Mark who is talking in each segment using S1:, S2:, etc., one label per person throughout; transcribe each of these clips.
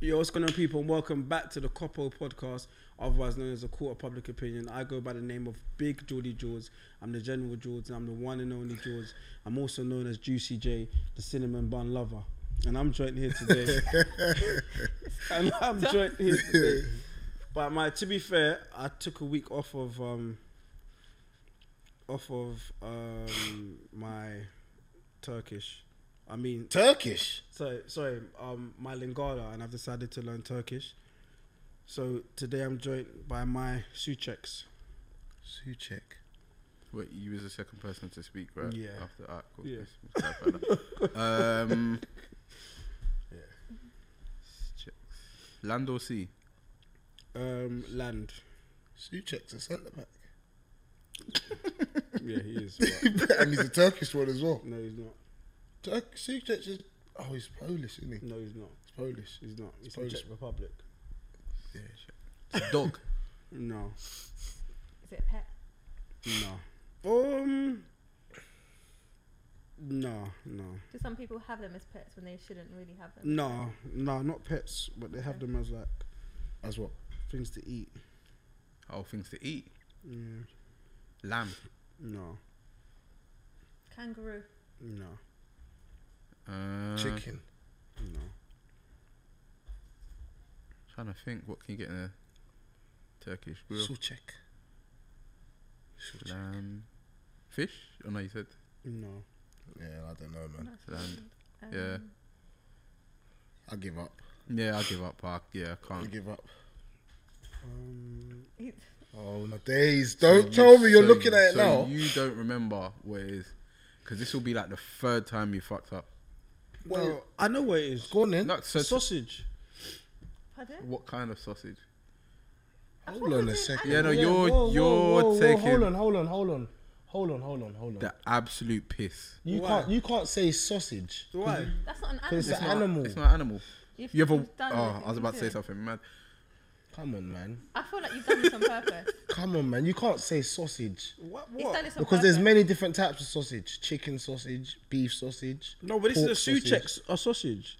S1: Yo, what's going on, people? And welcome back to the Coppo podcast, otherwise known as the Court of Public Opinion. I go by the name of Big Geordie George. I'm the General George, and I'm the one and only George. I'm also known as Juicy J, the Cinnamon Bun Lover. And I'm joined here today. and I'm joined here today. But my, to be fair, I took a week off of um, off of um, my Turkish. I mean,
S2: Turkish.
S1: so sorry, um, my Lingala, and I've decided to learn Turkish. So today I'm joined by my Sucheks.
S2: Suchek.
S3: Wait, you was the second person to speak, right?
S1: Yeah.
S3: After that, cool.
S1: Yeah.
S3: Let's clarify that. um,
S2: Yeah.
S3: Checks. Land or sea?
S1: Um, land.
S2: Suchek's a centre back.
S1: Yeah, he is. but-
S2: and he's a Turkish one as well.
S1: no, he's not.
S2: Turk Suchek is oh he's Polish, isn't he?
S1: No, he's not.
S2: He's Polish.
S1: He's not. He's in
S2: Polish.
S1: Czech Republic.
S2: Yeah.
S3: Dog.
S1: No,
S4: Is it a pet?
S1: no. Um. No, no,
S4: Do some people have them as pets when they shouldn't really have them?
S1: no, no. Not pets, but they have them as like
S2: As what?
S1: things to eat.
S3: Oh, things to eat.
S1: Yeah.
S3: Lamb.
S1: No,
S3: Mm.
S4: Kangaroo.
S1: no,
S3: Uh,
S2: Chicken.
S1: no.
S3: Trying to think, what can you get in a Turkish grill?
S2: Suchek.
S3: Lamb. Fish? Oh no, you said
S1: No.
S2: Yeah, I don't know, man.
S4: Nice.
S3: land.
S4: Um,
S3: Yeah.
S2: I give up.
S3: Yeah, I give up. Park. Yeah, I
S2: I
S3: can't.
S2: give up.
S1: Um.
S4: it-
S2: Oh my days!
S3: So
S2: Don't
S3: you-
S2: tell me you're
S3: so
S2: looking
S3: you-
S2: at it
S3: so
S2: now.
S3: You don't remember what it is, because this will be like the third time you fucked up.
S2: Well-
S1: no, I know what it is.
S2: Go on then.
S3: Not so,
S1: Sausage.
S4: Pardon?
S3: What kind of sausage?
S4: I
S2: Hold
S4: thought
S2: on
S4: we
S2: a
S4: did
S2: second.
S3: Yeah, no,
S4: animals.
S3: you're you're
S5: hold
S3: taking
S5: on, hold on, hold on, hold on, hold on, hold on.
S3: the absolute piss.
S5: you
S1: Why?
S5: can't you can't say sausage.
S1: Why?
S4: That's not an
S5: It's
S4: animal.
S5: an animal.
S3: It's not animal.
S4: You've-
S3: You ever?
S4: you've done
S3: Oh,
S4: it,
S3: I was about to say
S4: you've done
S3: something mad.
S5: Come on, man.
S4: it. I feel like you've done this on purpose.
S5: Come on, man. You can't say sausage
S1: What?
S4: He's done
S1: What?
S4: this on
S5: because there's
S4: purpose.
S5: many different types of sausage: chicken sausage, beef sausage.
S1: No, but this
S5: pork
S1: is a
S5: sausage.
S1: Suchek a sausage.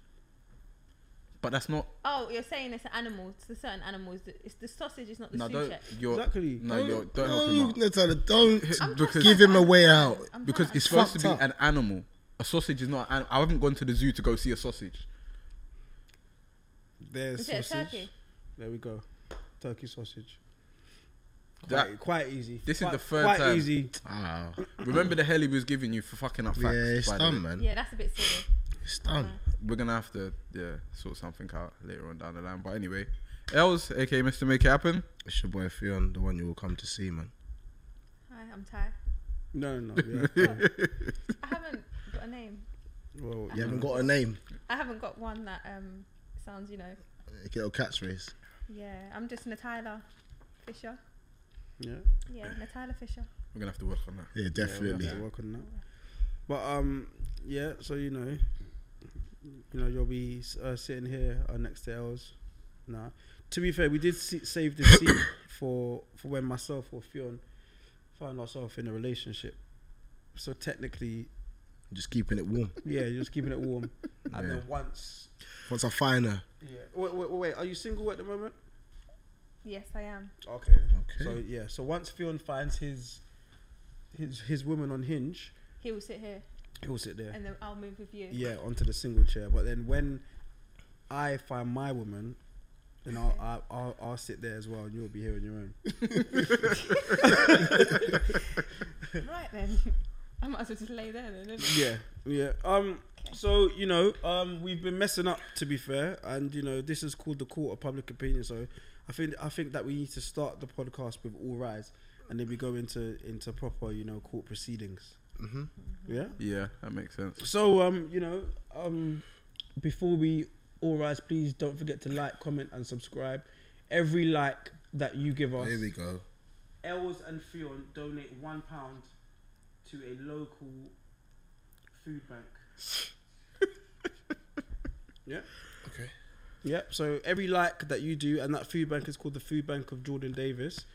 S3: But that's not.
S4: Oh, you're saying it's an animal. It's the certain animals. that- It's the sausage. It's not the
S3: No,
S4: sushi.
S3: don't. You're,
S1: Exactly.
S3: No,
S1: Don't-
S3: you're. Don't help him
S2: No,
S3: out.
S2: Natalia, don't
S4: I'm
S3: because-
S4: trying to
S2: give him a
S4: understand.
S2: way out.
S4: I'm trying
S3: Because
S4: to
S3: it's supposed to be
S5: fucked up.
S3: an animal. A sausage is not. An, anim- I haven't gone to the zoo to go see a sausage.
S1: There's
S4: understand. Is it a
S1: sausage.
S4: turkey?
S1: There we go. Turkey sausage. Quite,
S3: That-
S1: quite easy.
S3: This
S1: quite,
S3: is the third
S1: quite
S3: time.
S1: easy.
S3: Ah, remember the hell he was giving you for fucking up
S2: Yeah,
S3: facts.
S2: it's
S3: by the way.
S2: done, man.
S4: Yeah, that's a bit silly.
S2: It's done.
S3: We're gonna have to yeah sort something out later on down the line. But anyway, Els, aka Mr. Make It Happen.
S2: It's your boy Fion, the one you will come to see, man.
S4: Hi, I'm Ty.
S1: No, no, no. Yeah.
S4: I haven't got a name.
S1: well,
S2: You haven't got a name.
S4: I haven't got one that um sounds, you know.
S2: Get a cat's race.
S4: Yeah, I'm just Natalia Fisher.
S1: yeah.
S4: Yeah, Natalia Fisher.
S3: We're gonna have to work on that.
S2: Yeah, definitely.
S1: Yeah, we have to work on that. But um, yeah. So you know, you know, you'll be uh, sitting here uh, next to Els. Nah. To be fair, we did se- save the seat for for when myself or Fionn found ourselves in a relationship. So technically,
S2: Just keeping it warm.
S1: yeah, you're just keeping it warm. And
S2: Yeah.
S1: then once,
S2: Once I find her,
S1: yeah. Wait, wait, wait, wait. Are you single at the moment?
S4: Yes, I am.
S1: Okay.
S2: Okay.
S1: So yeah. So once Fionn finds his his his woman on Hinge,
S4: He will sit here,
S1: he'll sit there.
S4: and then I'll move with you.
S1: yeah onto the single chair but then when i find my woman then I'll, I'll, I'll, I'll sit there as well and you'll be here on your own
S2: Mm-hmm.
S4: Right then. I might as well just lay there then. innit?
S1: yeah yeah um so you know um we've been messing up to be fair and you know this is called the court of public opinion so i think i think that we need to start the podcast with all rise and then we go into into proper you know court proceedings
S2: Mhm.
S1: yeah
S3: Yeah, that makes sense.
S1: So um, you know, um, before we all rise, please don't forget to like, comment, and subscribe. Every like that you give us,
S2: there we go.
S1: Els and Fion donate one pound to a local food bank. yeah.
S2: Okay.
S1: Yep. So every like that you do, and that food bank is called the Food Bank of Jordan Davis.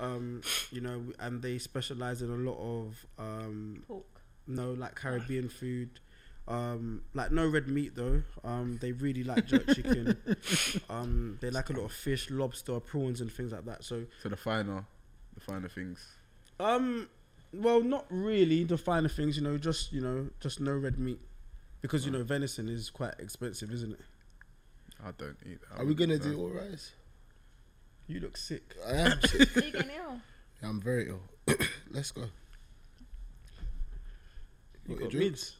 S1: Um, you know, and they specialize in a lot of um,
S4: Pork.
S1: no, like Caribbean food, Um, like no red meat though. Um, they really like jerk chicken. Um, they like a lot of fish, lobster, prawns, and things like that. So,
S3: So the final, the final things.
S1: um, well, not really the finer things, you know. Just you know, just no red meat, because you know venison is quite expensive, isn't it?
S3: I don't eat. I
S2: Are we gonna
S3: wouldn't,
S2: do all rice?
S1: You look sick.
S2: I am. sick.
S4: Are you getting ill?
S2: I'm very ill. Let's go.
S1: You
S2: What,
S1: got
S2: you drink?
S1: mids.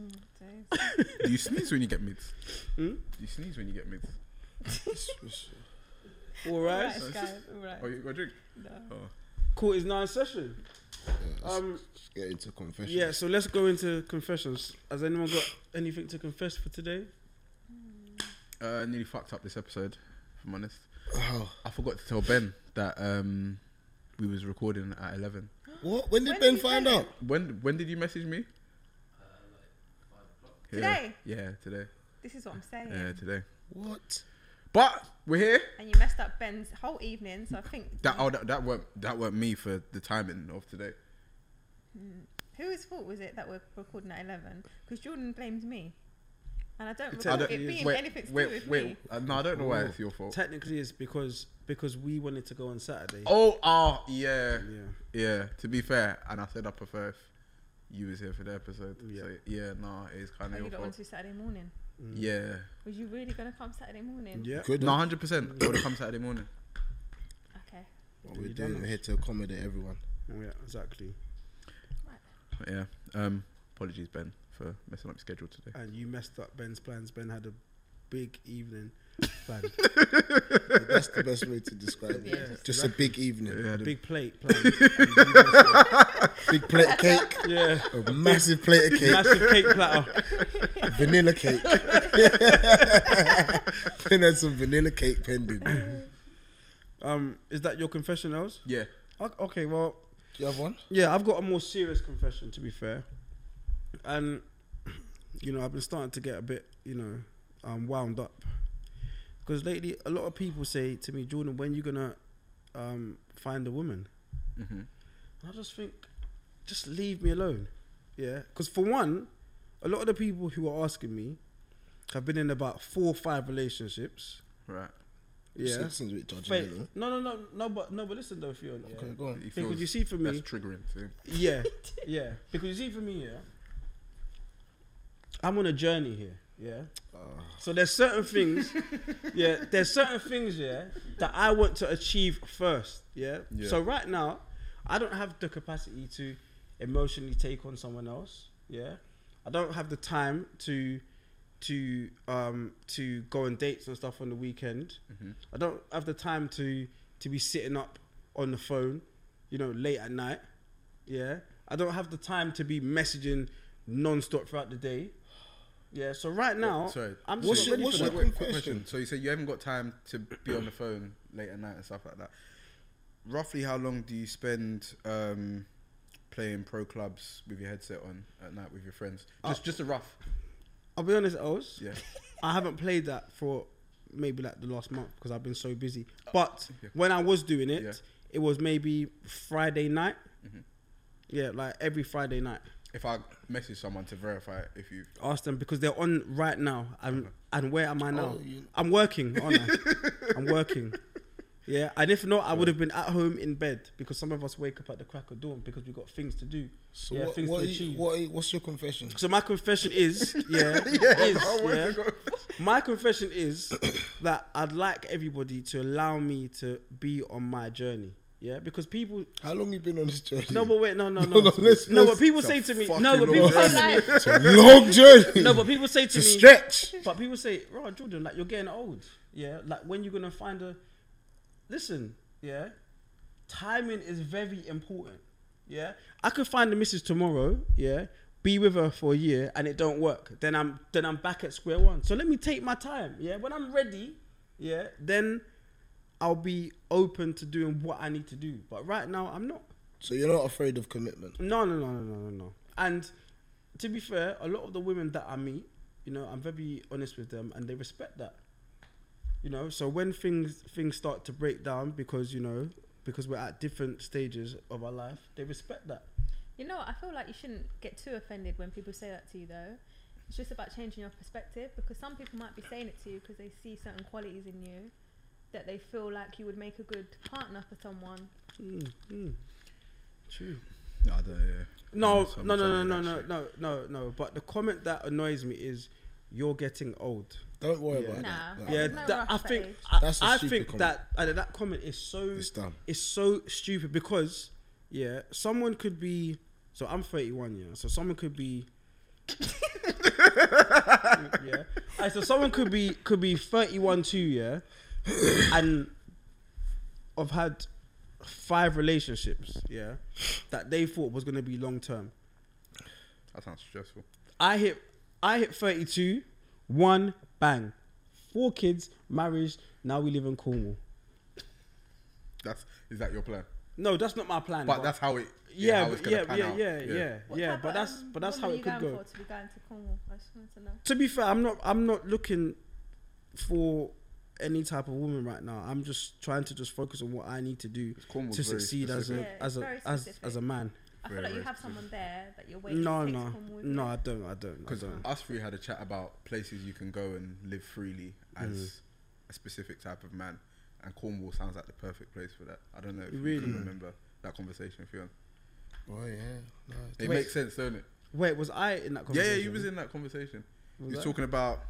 S4: Mm, days.
S3: uh, Do you sneeze when you get mids?
S1: Hmm?
S3: Do you sneeze when you get mids?
S1: All
S4: All
S1: right.
S4: right, guys. All right.
S3: Oh, you got a drink?
S4: No.
S3: Oh.
S1: Cool. It's nine session.
S2: Um,
S1: Um,
S2: let's get into confession.
S1: yeah. So let's go into confessions. Has anyone got anything to confess for today?
S4: Mm.
S3: Uh, nearly fucked up this episode. If I'm honest,
S2: Oh,
S3: I forgot to tell Ben that um, we was recording at eleven.
S2: what? When did
S4: When did
S2: Ben
S4: you
S2: find
S4: find
S2: out?
S3: When when did you message me?
S4: Uh, Today?
S3: Yeah, yeah today.
S4: This is what I'm saying.
S3: Yeah. today.
S2: What?
S3: But we're here.
S4: And you messed up Ben's whole evening, so I think.
S3: That oh that, that weren't that weren't me for the timing of today.
S4: Whose fault was it that we're recording at 11? Because Jordan blames me. And I don't
S1: It's
S4: recall
S1: at-
S4: it being
S3: wait,
S4: anything to
S3: wait,
S4: do with
S3: wait.
S4: me.
S3: Uh, no, I don't know why
S1: Oh.
S3: it's your fault.
S1: Technically, it's because because we wanted to go on Saturday.
S3: Oh, ah, yeah,
S1: Yeah.
S3: yeah. To be fair, and I said I prefer if you was here for the episode.
S1: Yeah.
S3: So yeah, nah, it is kind of
S4: Oh, you
S3: your
S4: got
S3: fault.
S4: onto Saturday morning.
S1: Mm.
S3: Yeah,
S4: Was you really going to come Saturday morning?
S1: Yeah.
S2: Good.
S3: no, hundred percent. I would have come Saturday morning.
S4: Okay.
S2: What
S1: You
S2: we're
S1: done
S2: doing,
S1: it.
S2: we're here to accommodate everyone.
S1: Oh, yeah. Exactly.
S3: Yeah. Um, apologies, Ben, for messing up your schedule today.
S1: And you messed up Ben's plans. Ben had a big evening planned.
S2: That's the best way to describe
S4: Yeah,
S2: it. Just a big evening,
S3: Yeah, the-
S1: big plate planned. And you messed up.
S2: big plate of cake,
S1: yeah.
S2: a massive plate of cake,
S1: Massive cake platter.
S2: vanilla cake. then had some vanilla cake pending. Do
S1: Um, is that your confession, Els?
S3: yeah.
S1: O- Okay. Well,
S2: you have one?
S1: yeah. I've got a more serious confession, to be fair. And you know, I've been starting to get a bit, you know, um, wound up because lately a lot of people say to me, Jordan, when you gonna um, find a woman?
S3: Mhm.
S1: And I just think, just leave me alone. Yeah. Because for one, a lot of the people who are asking me have been in about four or five relationships.
S3: Right.
S1: Yeah.
S2: This is a bit
S1: Wait,
S2: judgmental.
S1: no, no, no, no, but no, but listen though, Fiona. Yeah.
S2: Okay, go on.
S3: He
S1: Because
S3: feels-
S1: you see, for
S3: that's
S1: me,
S3: triggering. So.
S1: yeah, yeah. Because you see, for me, yeah, I'm on a journey here. Yeah.
S2: Uh,
S1: So there's certain things, yeah. There's certain things, yeah, that I want to achieve first, yeah?
S3: Yeah.
S1: So right now, I don't have the capacity to emotionally take on someone else, yeah. I don't have the time to to um to go on dates and stuff on the weekend.
S3: Mhm.
S1: I don't have the time to to be sitting up on the phone, you know, late at night, yeah. I don't have the time to be messaging non-stop throughout the day. Yeah, so right now,
S3: Sorry.
S1: I'm
S2: What's
S1: just
S2: your-
S1: not ready
S2: what's
S1: for
S2: your
S1: that.
S3: Wait, wait, quick
S2: Confession.
S3: question. So you say you haven't got time to be on the phone late at night and stuff like that. Roughly how long do you spend um, playing pro clubs with your headset on at night with your friends? Just just a rough.
S1: I'll be honest, Els.
S3: Yeah.
S1: I haven't played that for maybe like the last month because I've been so busy.
S2: Oh,
S1: But
S3: yeah.
S1: when I was doing it,
S3: Yeah.
S1: it was maybe Friday night.
S2: Mm-hmm.
S1: Yeah, like every Friday night.
S3: If I message someone to verify if you
S1: Ask them because they're on right now. And and where am I now?
S2: Oh, you-
S1: I'm working, aren't I? I'm working. Yeah, and if not, I would have been at home in bed because some of us wake up at the crack of dawn because we've got things to do.
S2: So
S1: yeah,
S2: what,
S1: things
S2: what,
S1: to
S2: are you,
S1: achieve.
S2: what are you- what's your confession?
S1: So my confession is, yeah, Oh, is, yeah. My confession is that I'd like everybody to allow me to be on my journey. Yeah, because people.
S2: How long you been on this journey?
S1: No, but wait, no, no, no.
S2: No, no, let's-
S1: No, but
S2: let's-
S1: people
S3: It's
S1: say
S3: a
S1: to me,
S3: fucking
S1: no, but
S3: long
S1: people
S4: Oh,
S1: say
S3: journey.
S1: to me,
S4: like,
S2: it's a long journey.
S1: no, but people say
S2: it's
S1: to
S2: a
S1: me,
S2: stretch.
S1: but people say, right, Jordan, like you're getting old. Yeah, like when you're gonna find a. Listen, yeah, timing is very important. Yeah, I could find the missus tomorrow. Yeah, be with her for a year and it don't work. Then I'm then I'm back at square one. So let me take my time. Yeah, when I'm ready. Yeah, then I'll be open to doing what I need to do. But right now, I'm not.
S2: So you're not afraid of commitment.
S1: No, no, no, no, no, no, no. And to be fair, a lot of the women that I meet, you know, I'm very honest with them, and they respect that. You know, so when things things start to break down because you know because we're at different stages of our life, they respect that.
S4: You know what? I feel like you shouldn't get too offended when people say that to you, though. It's just about changing your perspective because some people might be saying it to you because they see certain qualities in you that they feel like you would make a good partner for someone.
S2: Hmm,
S1: Mm, mm. True.
S3: No, I don't. Yeah.
S1: No,
S2: Hmm,
S3: Yes, I'm
S1: no, no, no, no,
S3: sorry,
S1: no,
S3: actually.
S1: no, no, no. But the comment that annoys me is, "You're getting old."
S2: Don't worry
S1: Yeah.
S2: about
S4: Nah.
S2: that.
S1: yeah,
S4: there's no
S1: that,
S4: rush
S1: I
S4: for
S1: think
S4: age.
S1: I,
S2: That's a
S1: I
S2: stupid
S1: think
S2: comment.
S1: that uh, that comment is so
S2: It's dumb.
S1: it's so stupid because yeah, someone could be. So I'm 31, yeah. So someone could be. yeah. Alright, so someone could be could be 31 too, yeah, and I've had five relationships, yeah, that they thought was gonna be long term.
S3: That sounds stressful.
S1: I hit I hit 32, one bang, four kids, marriage. Now we live in Cornwall.
S3: That's is that your plan?
S1: No, that's not my plan.
S3: But that's how it.
S1: yeah,
S3: how
S1: but
S3: it's gonna
S1: yeah,
S3: pan
S1: yeah,
S3: out.
S1: yeah, yeah, yeah,
S4: What type
S1: But
S4: of,
S1: that's
S4: um,
S1: but that's how
S4: woman
S1: it
S4: are
S1: could
S4: you going
S1: go.
S4: For to be going to Cornwall? I just wanted to know.
S1: To be fair, I'm not I'm not looking for any type of woman right now. I'm just trying to just focus on what I need to do
S3: It's Cornwall's
S1: to
S3: very
S1: succeed as a
S3: specific.
S4: Yeah, it's
S1: as a
S4: very
S1: as,
S4: specific.
S1: as a man.
S4: I feel
S3: Very,
S4: like you
S3: very
S4: have someone there that you're waiting
S1: no,
S4: to take to
S1: no,
S4: Cornwall with
S1: no,
S4: you.
S1: I don't, I don't, I
S3: Because
S1: don't.
S3: us three had a chat about places you can go and live freely as
S1: Mm.
S3: a specific type of man, and Cornwall sounds like the perfect place for that. I don't know if you
S1: Really?
S3: can remember that conversation if you want.
S2: Oh yeah. No,
S3: It
S1: Wait.
S3: makes sense, don't it?
S1: Wait, was I in that
S3: Yeah,
S1: conversation?
S3: yeah, you was in that conversation.
S1: Was
S3: you was
S1: I?
S3: talking about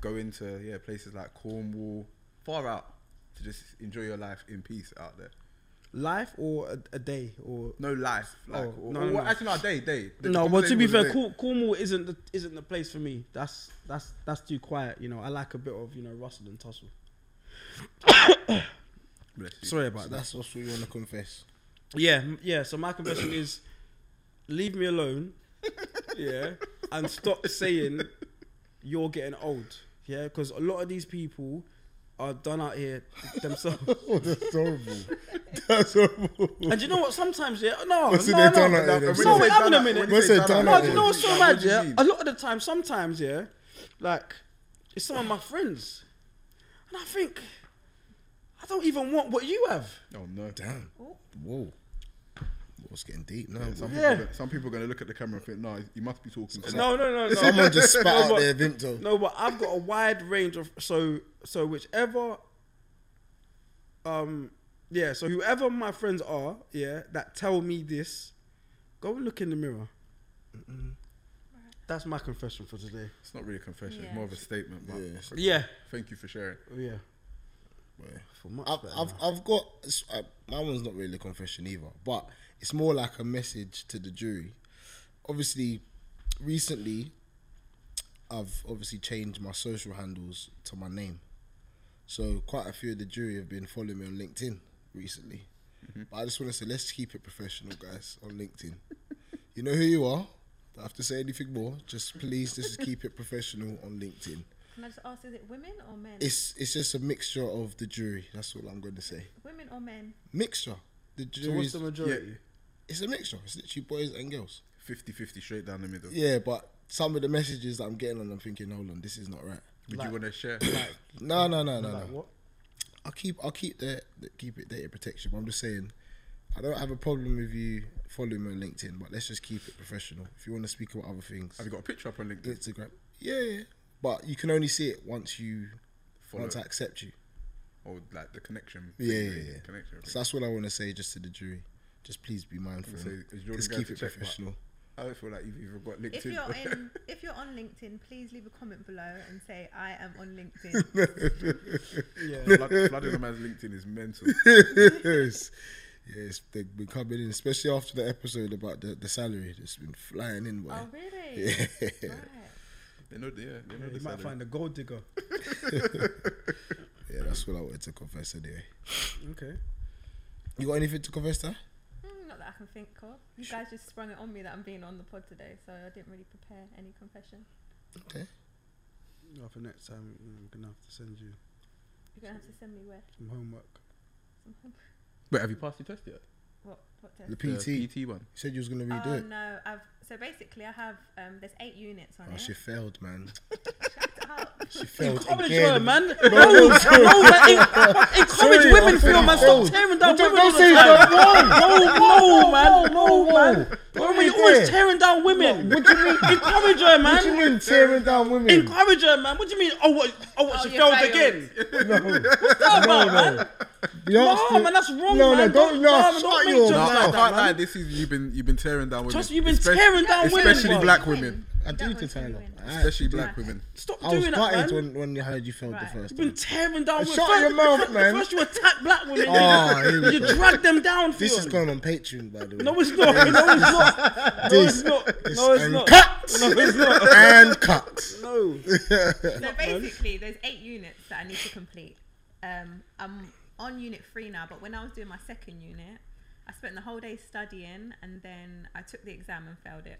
S3: going to yeah places like Cornwall, far out to just enjoy your life in peace out there.
S1: life or a, a day or
S3: No life, like
S1: Oh,
S3: or,
S1: no,
S3: or-
S1: no,
S3: well,
S1: no.
S3: actually no day day. The
S1: no, well, to
S3: conversation
S1: be
S3: was
S1: fair,
S3: day.
S1: Cor- Cornwall isn't the, isn't the place for me. That's that's that's too quiet. You know, I like a bit of you know rustle and tussle.
S3: Bless you.
S1: Sorry about
S2: So
S1: that.
S2: that's what we want to confess.
S1: Yeah, m- yeah. So my confession is, leave me alone. Yeah, and stop saying you're getting old. Yeah, because a lot of these people are done out here themselves.
S2: Oh, that's horrible. that's horrible.
S1: and you know what? Sometimes yeah, no,
S2: What's
S1: no,
S2: in their
S1: no.
S2: tongue like
S3: And
S2: that?
S3: when
S1: No,
S3: you
S1: wait, hang
S3: say
S1: on a
S3: done out-
S1: minute.
S3: when
S2: What's
S3: say
S2: it
S3: done
S2: done
S3: out
S1: No,
S2: out
S1: do
S3: here,
S1: you know what's so
S3: like,
S1: mad?
S3: do you
S1: Yeah,
S3: mean?
S1: a lot of the time, sometimes, yeah, like it's some of my friends, and I think I don't even want what you have.
S3: Oh no.
S2: Damn.
S4: Oh.
S2: Whoa. What's getting deep now?
S3: Yeah, some,
S1: Yeah.
S3: People, some people are going to look at the camera and think, no, you must be talking. to
S1: No, no, no, no.
S2: Someone just spat
S1: No,
S2: out
S1: but-
S2: their Vimto.
S1: No, but I've got a wide range of so so whichever. Um. Yeah. So whoever my friends are, yeah, that tell me this, go and look in the mirror.
S2: Mm-hmm.
S1: That's my confession for today.
S3: It's not really a confession.
S4: Yeah.
S3: It's more of a statement. But
S2: Yeah.
S1: Yeah.
S3: Thank you for sharing.
S1: Oh, Yeah.
S2: Boy.
S1: For much
S2: I've,
S1: better
S2: I've,
S1: now.
S2: I've got it's, uh, my one's not really a confession either, but it's more like a message to the jury. Obviously, recently, I've obviously changed my social handles to my name, so quite a few of the jury have been following me on LinkedIn recently. But I just want to say, let's keep it professional, guys, on LinkedIn. you know who you are. Don't have to say anything more. Just please, just keep it professional on LinkedIn.
S4: Can I just ask, is it women or men?
S2: It's it's just a mixture of the jury. That's all I'm going to say
S4: women or men?
S2: mixture. The
S1: So
S2: jury's
S1: what's the majority?
S2: it's a mixture. It's literally boys and girls.
S3: 50 50 straight down the middle.
S2: Yeah, but some of the messages that I'm getting on, I'm thinking, hold on, this is not right.
S3: Would
S1: Like-
S3: you want to share?
S2: No, no, no, no,
S1: like
S2: no.
S1: what?
S2: I'll keep, I'll keep the, the keep it data protection. But I'm just saying, I don't have a problem with you following me on LinkedIn, but let's just keep it professional. If you want to speak about other things,
S3: Have you got a picture up on LinkedIn?
S2: Instagram, yeah, yeah. But you can only see it once you
S3: Follow.
S2: once I accept you.
S3: Or like the connection.
S2: Yeah, yeah,
S3: thing,
S2: yeah.
S3: Connection.
S2: So that's what I want to say, just to the jury. Just please be mindful.
S3: So is Jordan
S2: Just
S3: going
S2: keep
S3: to
S2: it
S3: check, but-
S2: professional.
S3: I don't feel like you've even got LinkedIn.
S4: If you're in, if you're on LinkedIn, please leave a comment below and say I am on LinkedIn.
S1: Yeah.
S3: Flood, flooding a man's LinkedIn is mental.
S2: yes. Yes, they've been coming in, especially after the episode about the, the salary. It's been flying in, boy.
S4: oh really?
S2: Yeah.
S4: Right.
S3: They know, the- yeah, they
S1: Yeah,
S3: know the
S1: you might
S3: salary.
S1: find a gold digger.
S2: Yeah, that's what I wanted to confess anyway.
S1: Okay.
S2: You got anything to confess to?
S4: Mm, not that I can think of. You guys just sprung it on me that I'm being on the pod today, so I didn't really prepare any confession.
S2: Okay.
S1: Well, for next time, you know, I'm gonna have to send you
S4: You're gonna have to send me where
S1: some homework.
S4: some
S3: Wait, have you passed your test yet?
S4: what what test?
S2: The PT.
S3: The
S2: You
S3: PT one.
S2: said you was going to redo
S4: Oh
S1: Um,
S2: it.
S4: no, I've so basically I have um there's eight units on
S2: Oh,
S4: it.
S2: she failed, man.
S4: Oh,
S2: She
S1: You
S2: failed
S1: can't enjoy it,
S2: again.
S1: man. No, no, man. en- Encourage
S2: Sorry,
S1: women
S2: I
S1: for your man.
S2: failed.
S1: Stop tearing down
S2: Don't-
S1: women all
S2: don't
S1: the
S2: say
S1: time. No, no, man. No, man. Don't be you're always
S2: there.
S1: tearing down women.
S2: What do you mean?
S1: Encourage her, man.
S2: What do you mean tearing down women?
S1: Encourage her, man. What do you mean? Oh, what? Oh, what?
S4: Oh,
S1: she
S4: you
S1: failed
S4: failed.
S1: again.
S2: No.
S1: What's that about,
S2: No,
S1: man?
S2: You
S1: No,
S2: asked
S1: man, that's wrong,
S2: no,
S1: man.
S2: No, don't,
S1: Don't-
S2: no,
S1: no,
S2: shut
S1: don't make
S2: your
S1: jokes
S3: No,
S1: like
S3: I
S1: that,
S3: can't
S1: man.
S3: lie. This is you've been you've been tearing down women.
S1: Trust me, you've been
S3: Espe-
S1: tearing down women.
S3: especially
S1: bro.
S3: black women,
S2: I
S4: That
S2: do
S4: one's
S2: to
S4: for
S2: Tyler.
S4: women.
S2: I,
S3: especially
S4: Right.
S3: black women.
S1: Stop
S2: I was
S1: doing that, man.
S2: gutted when, when I heard you failed
S4: Right.
S2: the first
S1: You've
S2: time.
S1: been tearing down women.
S2: Shut
S1: first,
S2: your mouth,
S1: first,
S2: man.
S1: First you attack black women.
S2: Oh, here
S1: then
S2: we
S1: you,
S2: go.
S1: you drag them down.
S2: This
S1: Fiona.
S2: is going on Patreon, by the way.
S1: No, it's not. No, it's not. No, it's not.
S2: This
S1: No, it's
S2: and
S1: not.
S2: cut.
S1: No, it's not.
S2: and cut.
S1: No.
S4: So basically, there's eight units that I need to complete. Um, I'm on unit three now, but when I was doing my second unit, I spent the whole day studying and then I took the exam and failed it.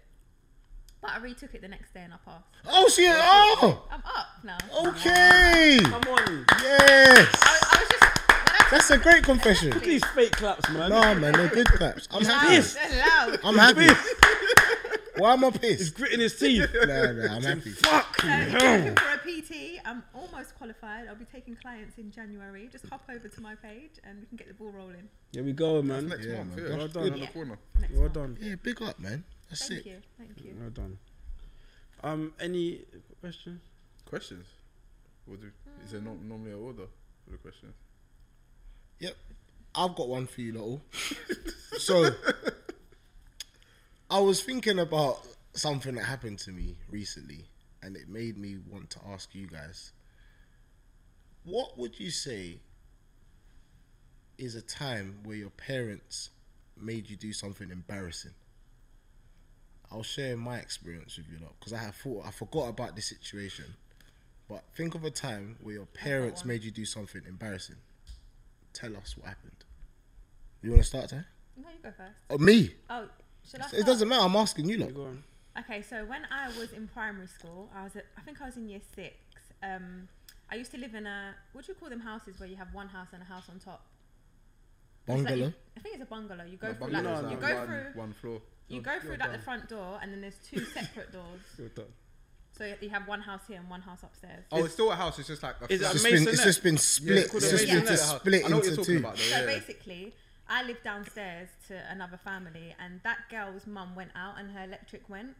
S4: But I retook it the next day and I passed.
S2: Oh, she. Oh,
S4: I'm up now.
S2: okay.
S1: Come on.
S2: Yes.
S4: I, I was just. When I
S2: That's a great confession.
S1: These fake claps, man.
S2: No, man, they're good claps. I'm happy.
S1: pissed.
S4: They're loud.
S2: I'm happy. Why am I pissed?
S1: Gritting his teeth.
S2: Nah, nah, I'm happy.
S1: Fuck.
S4: So, looking for a PT. I'm almost qualified. I'll be taking clients in January. Just hop over to my page and we can get the ball rolling.
S1: Here we go, man.
S3: Next month,
S2: man.
S3: yeah,
S2: That's
S3: Well done.
S1: good.
S3: Around the
S4: Yeah.
S3: corner.
S4: Next
S1: Well
S4: month.
S1: done.
S2: Yeah, big up, man. That's
S4: Thank
S2: it.
S4: you. Thank you.
S1: Well done. Um, any questions?
S3: Questions? Or do, is there no, normally an order for the questions?
S2: I've got one for you, little. so, I was thinking about something that happened to me recently, and it made me want to ask you guys what would you say is a time where your parents made you do something embarrassing? I'll share my experience with you lot because I have thought I forgot about this situation. But think of a time where your parents
S4: one.
S2: made you do something embarrassing. Tell us what happened. You want to start, Ty?
S4: No, you go first.
S2: Or me?
S4: Oh, should I?
S2: It
S4: start?
S2: doesn't matter. I'm asking you
S1: You
S2: lot.
S1: go on.
S4: Okay, so when I was in primary school, I was at, I think I was in year six. Um, I used to live in a what do you call them houses where you have one house and a house on top? It's like you-
S2: Bungalow.
S4: I think it's a bungalow. You go
S3: No,
S4: through
S3: bungalows
S4: like,
S1: no,
S4: you
S3: are
S4: go
S3: one,
S4: through
S3: one floor.
S4: you
S1: you're-
S4: go
S1: you're
S4: through like the
S1: done.
S4: front door and then there's two separate doors.
S1: You're done.
S4: So you have one house here and one house upstairs.
S3: Oh, it's still a house. It's just like a
S1: Is
S2: It's
S1: that
S2: just
S1: Masonette?
S2: been, it's just been
S3: Yeah,
S2: split.
S3: it's called
S2: It's
S3: a
S2: just
S4: Masonette
S2: been
S3: masonette
S2: just
S3: house.
S2: split
S3: I know what you're
S2: into
S3: talking
S2: two.
S3: about, though,
S4: So
S3: yeah.
S4: basically, I lived downstairs to another family, and that girl's mum went out and her electric went.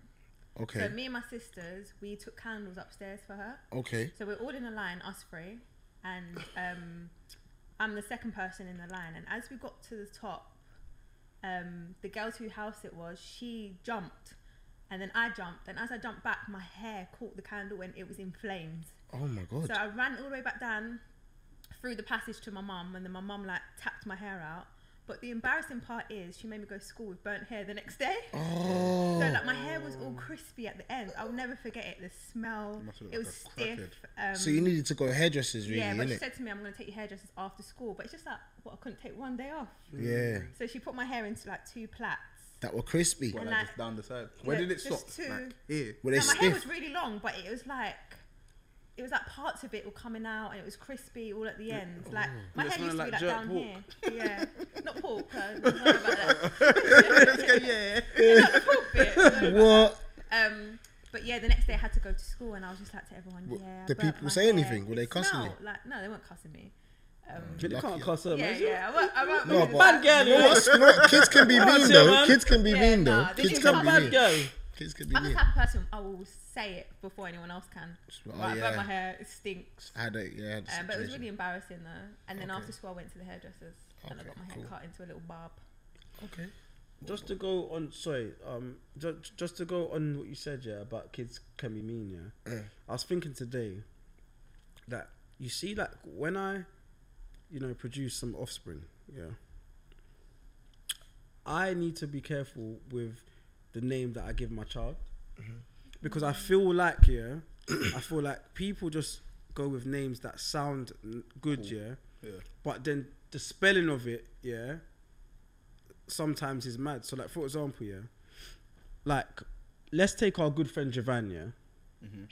S2: Okay.
S4: So me and my sisters, we took candles upstairs for her.
S2: Okay.
S4: So we're all in a line, us three, and um, I'm the second person in the line. And as we got to the top, um, the girl's whose house it was, she jumped, and then I jumped. And as I jumped back, my hair caught the candle and it was in flames.
S2: Oh my god.
S4: So I ran all the way back down through the passage to my mum, and then my mum like tapped my hair out. But the embarrassing part is, she made me go to school with burnt hair the next day.
S2: Oh.
S4: So like my hair was all crispy at the end. I'll never forget it. The smell.
S3: must have
S4: It was
S3: looked like a
S4: stiff. Um,
S2: So you needed to go hairdressers, really,
S4: yeah, but she
S2: innit?
S4: said to me, "I'm going to take your hairdressers after school." But it's just like, what I couldn't take one day off.
S2: yeah.
S4: So she put my hair into like two plaits.
S2: That were crispy.
S3: What,
S4: And
S3: like,
S4: that-
S3: just down the side. Where
S4: Yeah,
S3: did it stop?
S4: just to-
S3: Like here.
S2: Were they
S4: Now, my hair was
S2: stiff?
S4: really long, but it was like. It was like parts of it were coming out and it was crispy all at the end. Like
S1: Yeah,
S4: my hair used to
S1: smelling
S4: be
S1: like
S4: like
S1: jerk
S4: down
S1: pork.
S4: here. Yeah. Not pork, uh, don't worry about that.
S3: yeah.
S4: Not the pork bit, don't worry about
S2: What?
S4: that. Um but yeah, the next day I had to go to school and I was just like to everyone,
S2: W-
S4: yeah. I
S2: did
S4: burnt
S2: people
S4: my
S2: say
S4: hair.
S2: anything? Were
S4: It
S2: they cussing you?
S4: smelled Like no, they weren't cussing me. Um,
S1: You can't
S2: Lucky.
S1: cuss her,
S4: yeah,
S1: man.
S4: yeah. I won't, I won't
S2: No,
S4: be
S2: but-
S1: Bad girl,
S2: You know
S1: yeah.
S2: what? You know what? Kids can be
S1: That's
S2: mean
S1: it,
S2: though.
S1: man.
S2: Kids can be
S4: Yeah,
S2: mean though.
S4: nah, this
S2: Kids
S1: She's
S4: is
S1: a
S2: can be
S1: bad
S2: mean.
S1: girl.
S2: Kids can be
S4: I'm the
S2: mean.
S4: type of person I will say it before anyone else can.
S2: Oh,
S4: right, I burnt
S2: yeah.
S4: my hair, it stinks.
S2: I had a yeah. I had a
S4: Um, but it was really
S2: situation.
S4: embarrassing though. And then
S2: Okay.
S4: after school, I went to the hairdressers and I
S2: Okay,
S4: got my hair
S2: cool.
S4: cut into a little barb.
S2: Okay.
S1: Just to go on, sorry, um, just, just to go on what you said, yeah, about kids can be mean, yeah.
S2: Mm.
S1: I was thinking today that you see, like, when I, you know, produce some offspring, yeah, I need to be careful with the name that I give my child because I feel like, yeah, I feel like people just go with names that sound n- good, yeah,
S3: Yeah.
S1: but then the spelling of it, yeah, sometimes is mad. So, like, for example, yeah, like, let's take our good friend Javan, yeah.
S3: Mm-hmm.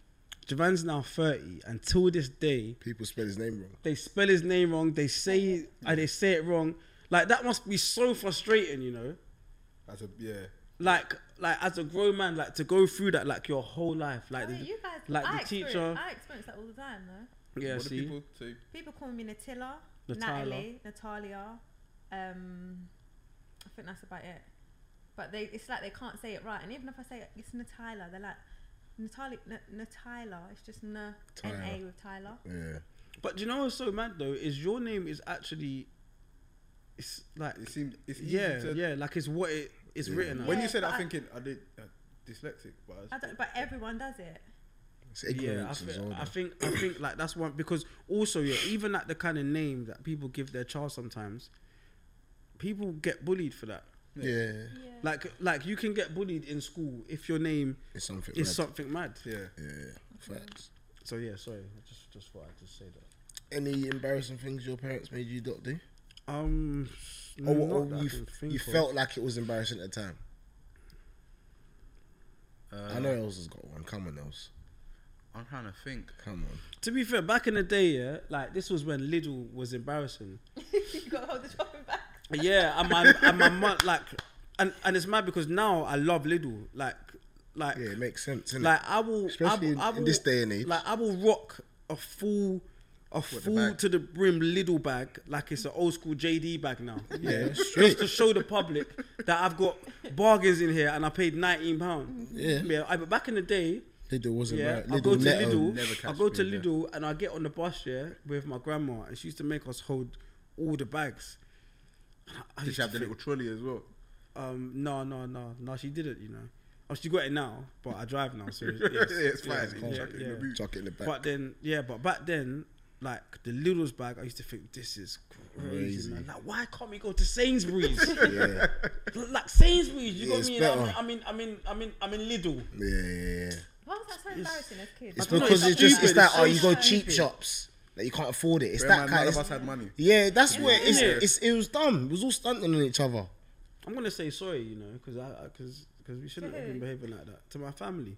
S1: Javan's now 30, and till this day,
S2: People spell his name wrong.
S1: they spell his name wrong, they say it, and they say it wrong. Like, that must be so frustrating, you know?
S3: As a yeah.
S1: Like, like as a grown man, like to go through that, like your whole life, like,
S4: oh, yeah,
S1: the,
S4: you guys,
S1: like
S4: I
S1: the
S4: experience-
S1: teacher,
S4: I experience that all the time though.
S1: yeah,
S3: what do
S1: see,
S3: people say?
S4: People call me Natilla,
S1: Natala.
S4: Natalie, Natalia. Um, I think that's about it. but they it's like they can't say it right. And even if I say it, it's Natila, they're like Natali N- Natila. It's just N N A with Tyler.
S2: Yeah.
S1: But do you know what's so mad though is your name is actually, it's like
S3: It seemed it's easy
S1: yeah
S3: to-
S1: yeah like it's what it, it's written as.
S3: When you
S4: Yeah,
S3: said that,
S4: but
S3: I'm
S4: I-
S3: thinking I did uh, dyslexic, but I was-
S4: I don't, but everyone does it.
S2: It's
S1: Yeah, I,
S2: ignorance as
S1: thi-
S2: well.
S1: I
S2: though.
S1: think I think like that's one because also yeah, even like the kind of name that people give their child sometimes, people get bullied for that.
S2: yeah.
S4: Yeah.
S1: Like like you can get bullied in school if your name
S2: It's something.
S1: is
S2: mad.
S1: something mad.
S3: yeah.
S2: yeah. Facts.
S1: So yeah, sorry, I just just thought I'd just say that.
S2: Any embarrassing things your parents made you not do?
S1: Um,
S2: Or,
S1: not
S2: or
S1: that I
S2: you,
S1: can
S2: f-
S1: think
S2: you
S1: of.
S2: felt like it was embarrassing at the time? I
S3: Uh,
S2: know Els has got one. Come on, Els.
S3: I'm trying to think.
S2: Come on.
S1: To be fair, back in the day, yeah, like this was when Lidl was embarrassing.
S4: you got to hold the shopping back.
S1: Yeah, and my and my mum like, and and it's mad because now I love Lidl. Like like
S2: Yeah, it makes sense. innit?
S1: Like I will,
S2: Especially
S1: I
S2: in-
S1: will, I
S2: in
S1: will-
S2: this day and age.
S1: Like I will rock a full, a full
S3: bag?
S1: to the brim little bag, like it's an old school JD bag now.
S2: yeah,
S1: Just
S2: straight.
S1: to show the public that I've got bargains in here and I paid nineteen pound.
S2: Yeah.
S1: yeah. I, but back in the day,
S2: Lidl wasn't
S1: yeah,
S2: right.
S1: I go
S2: Lidl
S1: to
S2: Netto.
S3: never
S1: Lidl, I
S3: catch
S1: go to
S3: me, yeah.
S1: Lidl and I get on the bus yeah with my grandma and she used to make us hold all the bags. And I- I
S3: Did
S1: used
S3: she have
S1: to
S3: the little trolley as well?
S1: um, no, no, no, no. She didn't, you know. Oh, she got it now, but I drive now, so it's,
S3: Yeah, it's fine, you
S1: yeah,
S3: chuck it in the
S1: yeah.
S3: boot.
S2: Chuck it in the back.
S1: But then, yeah, but back then, like the Lidl's bag, I used to think this is crazy,
S2: Crazy.
S1: man. Like, why can't we go to Sainsbury's?
S2: yeah.
S1: like Sainsbury's, you
S2: Yeah,
S1: got
S2: it's
S1: me. In, I'm,
S2: better.
S1: I'm in, I'm in, I'm in, I'm in Lidl.
S2: Yeah, yeah, yeah.
S4: Why was that so embarrassing as kids?
S2: It's
S1: don't know,
S2: because
S1: it's
S2: it's, just
S1: stupid,
S2: it's that
S1: it's so
S2: oh you go cheap
S1: stupid.
S2: shops that you can't afford it. It's
S3: Bear in
S2: that
S3: mind,
S2: kind
S3: none
S2: of.
S3: of us had money.
S2: Yeah, that's where it's,
S1: Yeah.
S2: it's it was dumb. It was all stunting on each other.
S1: I'm gonna say sorry, you know, because I, because because we shouldn't have been behaving like that to my family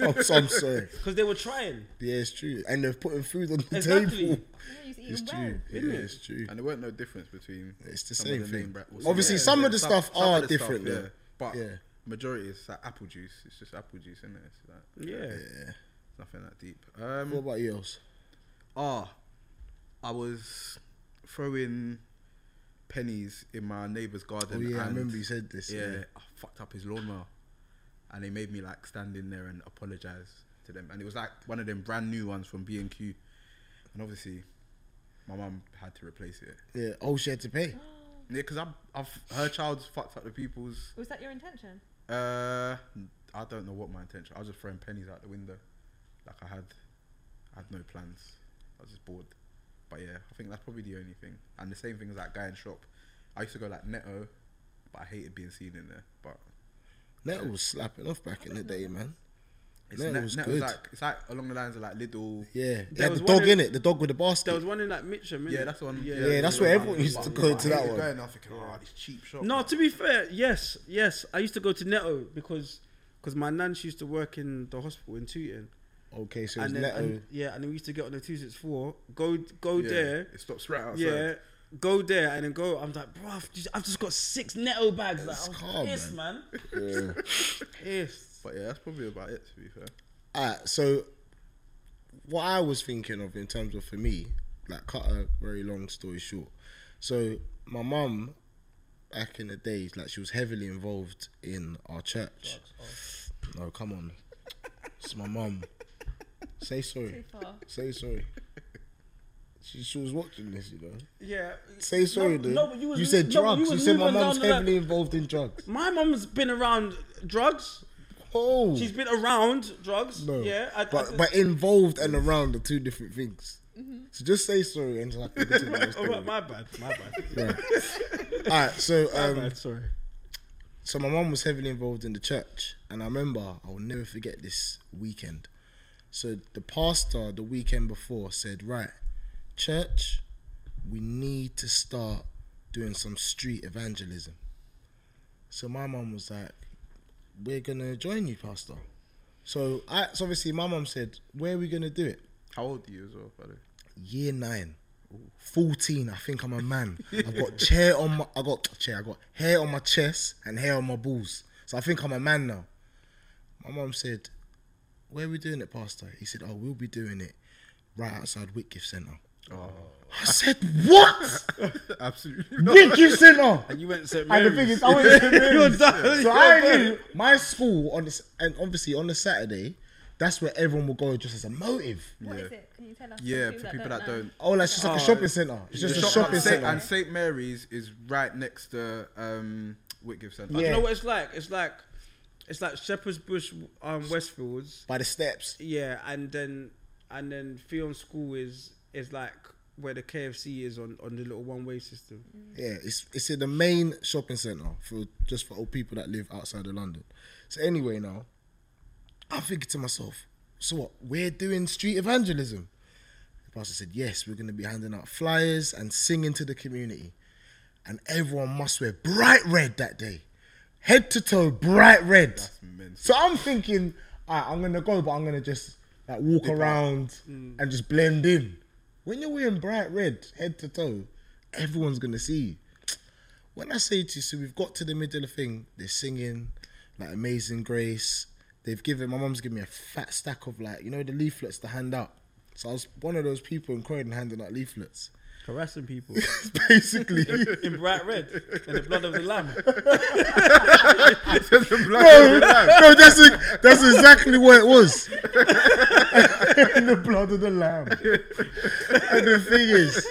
S2: I'm, so, I'm sorry.
S1: because they were trying.
S2: Yeah, it's true. And they're putting food on the
S1: Exactly.
S2: table.
S4: You used to eat
S2: It's
S4: them
S2: true.
S1: well,
S2: Yeah,
S1: isn't it?
S2: it's true.
S3: And there weren't no difference between.
S2: It's the
S3: some of
S2: same
S3: name
S2: thing.
S3: bra- well,
S2: Obviously, some of the stuff
S3: of
S2: are
S3: the
S2: different,
S3: yeah.
S2: though.
S3: But
S2: Yeah.
S3: majority is like apple juice. It's just apple juice, isn't it? It's like
S1: Yeah.
S2: Yeah.
S3: nothing that deep.
S2: What
S3: Um,
S2: about you else?
S3: ah, I was throwing pennies in my neighbour's
S2: Oh
S3: garden.
S2: yeah, I
S3: and-
S2: remember you said this.
S3: yeah, I fucked up his lawnmower, and they made me like stand in there and apologize to them. And it was like one of them brand new ones from B and Q, and obviously, my mum had to replace it.
S2: Yeah. Oh, she had to pay.
S3: Yeah, because I've, I've her child's fucked up the people's.
S4: Was that your intention?
S3: Uh, I don't know what my intention. I was just throwing pennies out the window, like I had, I had no plans. I was just bored. But yeah, I think that's probably the only thing. And the same thing as that guy in shop. I used to go like Netto, but I hated being seen in there. But
S2: That was slapping off back in the day, man.
S3: It's
S2: That
S3: net,
S2: was
S3: net
S2: good.
S3: like it's like along the lines of like little.
S2: Yeah. They
S1: There
S2: had
S1: was
S2: the
S1: one
S2: dog
S1: in-
S2: in it. The dog with the basket.
S1: There was one in that Mitcham. innit?
S3: Yeah, that's the one.
S1: Yeah,
S2: yeah, that's where everyone used to go to that one.
S3: Going, I'm thinking, oh, this cheap shop.
S1: No,
S3: man."
S1: to be fair, yes, yes. I used to go to Netto because because my nan she used to work in the hospital in Tooting.
S2: Okay, so it's
S1: and then
S2: Neto.
S1: and- yeah, and then we used to get on the two six four, go go
S3: Yeah,
S1: there,
S3: It stops right outside.
S1: yeah, go there, and then go. I'm like, bro, I've just, I've just got six Netto bags. Like,
S2: It's
S1: I'm
S2: calm,
S1: pissed, man.
S2: yeah.
S1: Pissed.
S3: But yeah, that's probably about it. To be fair.
S2: Alright, so what I was thinking of in terms of for me, like cut a very long story short. So my mum, back in the days, like she was heavily involved in our church.
S1: oh.
S2: No, come on, it's my mum. Say
S4: Too
S2: sorry.
S4: far.
S2: Say sorry. She, she was watching this, you know.
S1: Yeah.
S2: Say
S1: no,
S2: sorry, dude.
S1: no, but you was-
S2: said
S1: no, but you
S2: drugs. You,
S1: was
S2: said my
S1: moving down
S2: mum's
S1: to that-
S2: heavily involved in drugs.
S1: My mum's been around drugs.
S2: Oh,
S1: She's been around drugs.
S2: No.
S1: Yeah. I,
S2: but
S1: I,
S2: but involved and around are two different things. So just say sorry and like.
S1: Oh, right, my bad. My bad.
S2: All right, so
S1: My
S2: um,
S1: bad. Sorry.
S2: so my mum was heavily involved in the church, and I remember I will never forget this weekend. So the pastor the weekend before said, "Right, church, we need to start doing some street evangelism." So my mum was like, "We're gonna join you, pastor." So I so obviously my mum said, "Where are we gonna do it?"
S3: How old are you as well, by the way?
S2: year nine. 14, I think I'm a man. I've got chair on my I got chair, I got hair on my chest and hair on my balls. So I think I'm a man now. My mum said, Where are we doing it, Pastor? He said, Oh, we'll be doing it right outside Whitgift Centre.
S5: I said, what?
S3: Absolutely.
S5: Midgift Centre.
S1: And you went to St.
S5: And the
S1: Mary's.
S5: thing is, I went to St. Mary's.
S1: You're done.
S5: So I knew my school on this, and obviously on the Saturday, that's where everyone would go just as a motive.
S4: What
S3: Yeah.
S4: is it? Can you tell us?
S3: Yeah, for people that don't.
S5: Oh, like it's just like a
S1: Oh,
S5: shopping center. It's just
S3: The
S5: a
S3: shop-
S5: shopping
S3: and St-
S5: center.
S3: And St Mary's is right next to um, Whitgift Centre.
S1: Do
S5: Yeah.
S1: You know what it's like? It's like it's like Shepherd's Bush, um, Westfields.
S5: By the steps.
S1: Yeah, and then and then Fion School is is like where the KFC is on on the little one way system.
S2: Yeah, it's it's in the main shopping centre for just for old people that live outside of London. So anyway, now I'm thinking to myself, so what? We're doing street evangelism. The pastor said, yes, we're going to be handing out flyers and singing to the community, and everyone must wear bright red that day, head to toe bright red.
S3: Men's-
S5: So I'm thinking, all right, I'm gonna go, but I'm gonna just like walk around and just blend in.
S2: When you're wearing bright red, head to toe, everyone's gonna see you. When I say to you, so we've got to the middle of the thing, they're singing, like Amazing Grace. They've given my mum's given me a fat stack of like, you know, the leaflets to hand out. So I was one of those people in Croydon handing out leaflets.
S1: Harassing people
S2: Basically.
S1: in bright red and the blood of the lamb.
S3: The black
S2: no, no, that's it, that's exactly what it was.
S5: the blood of the lamb.
S2: And the thing is,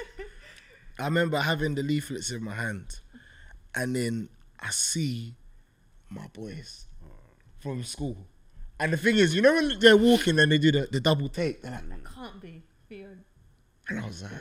S2: I remember having the leaflets in my hand, and then I see my boys
S5: from school. And the thing is, you know when they're walking and they do the, the double take, they're like,
S4: Can't be. Fiona.
S2: And I was like,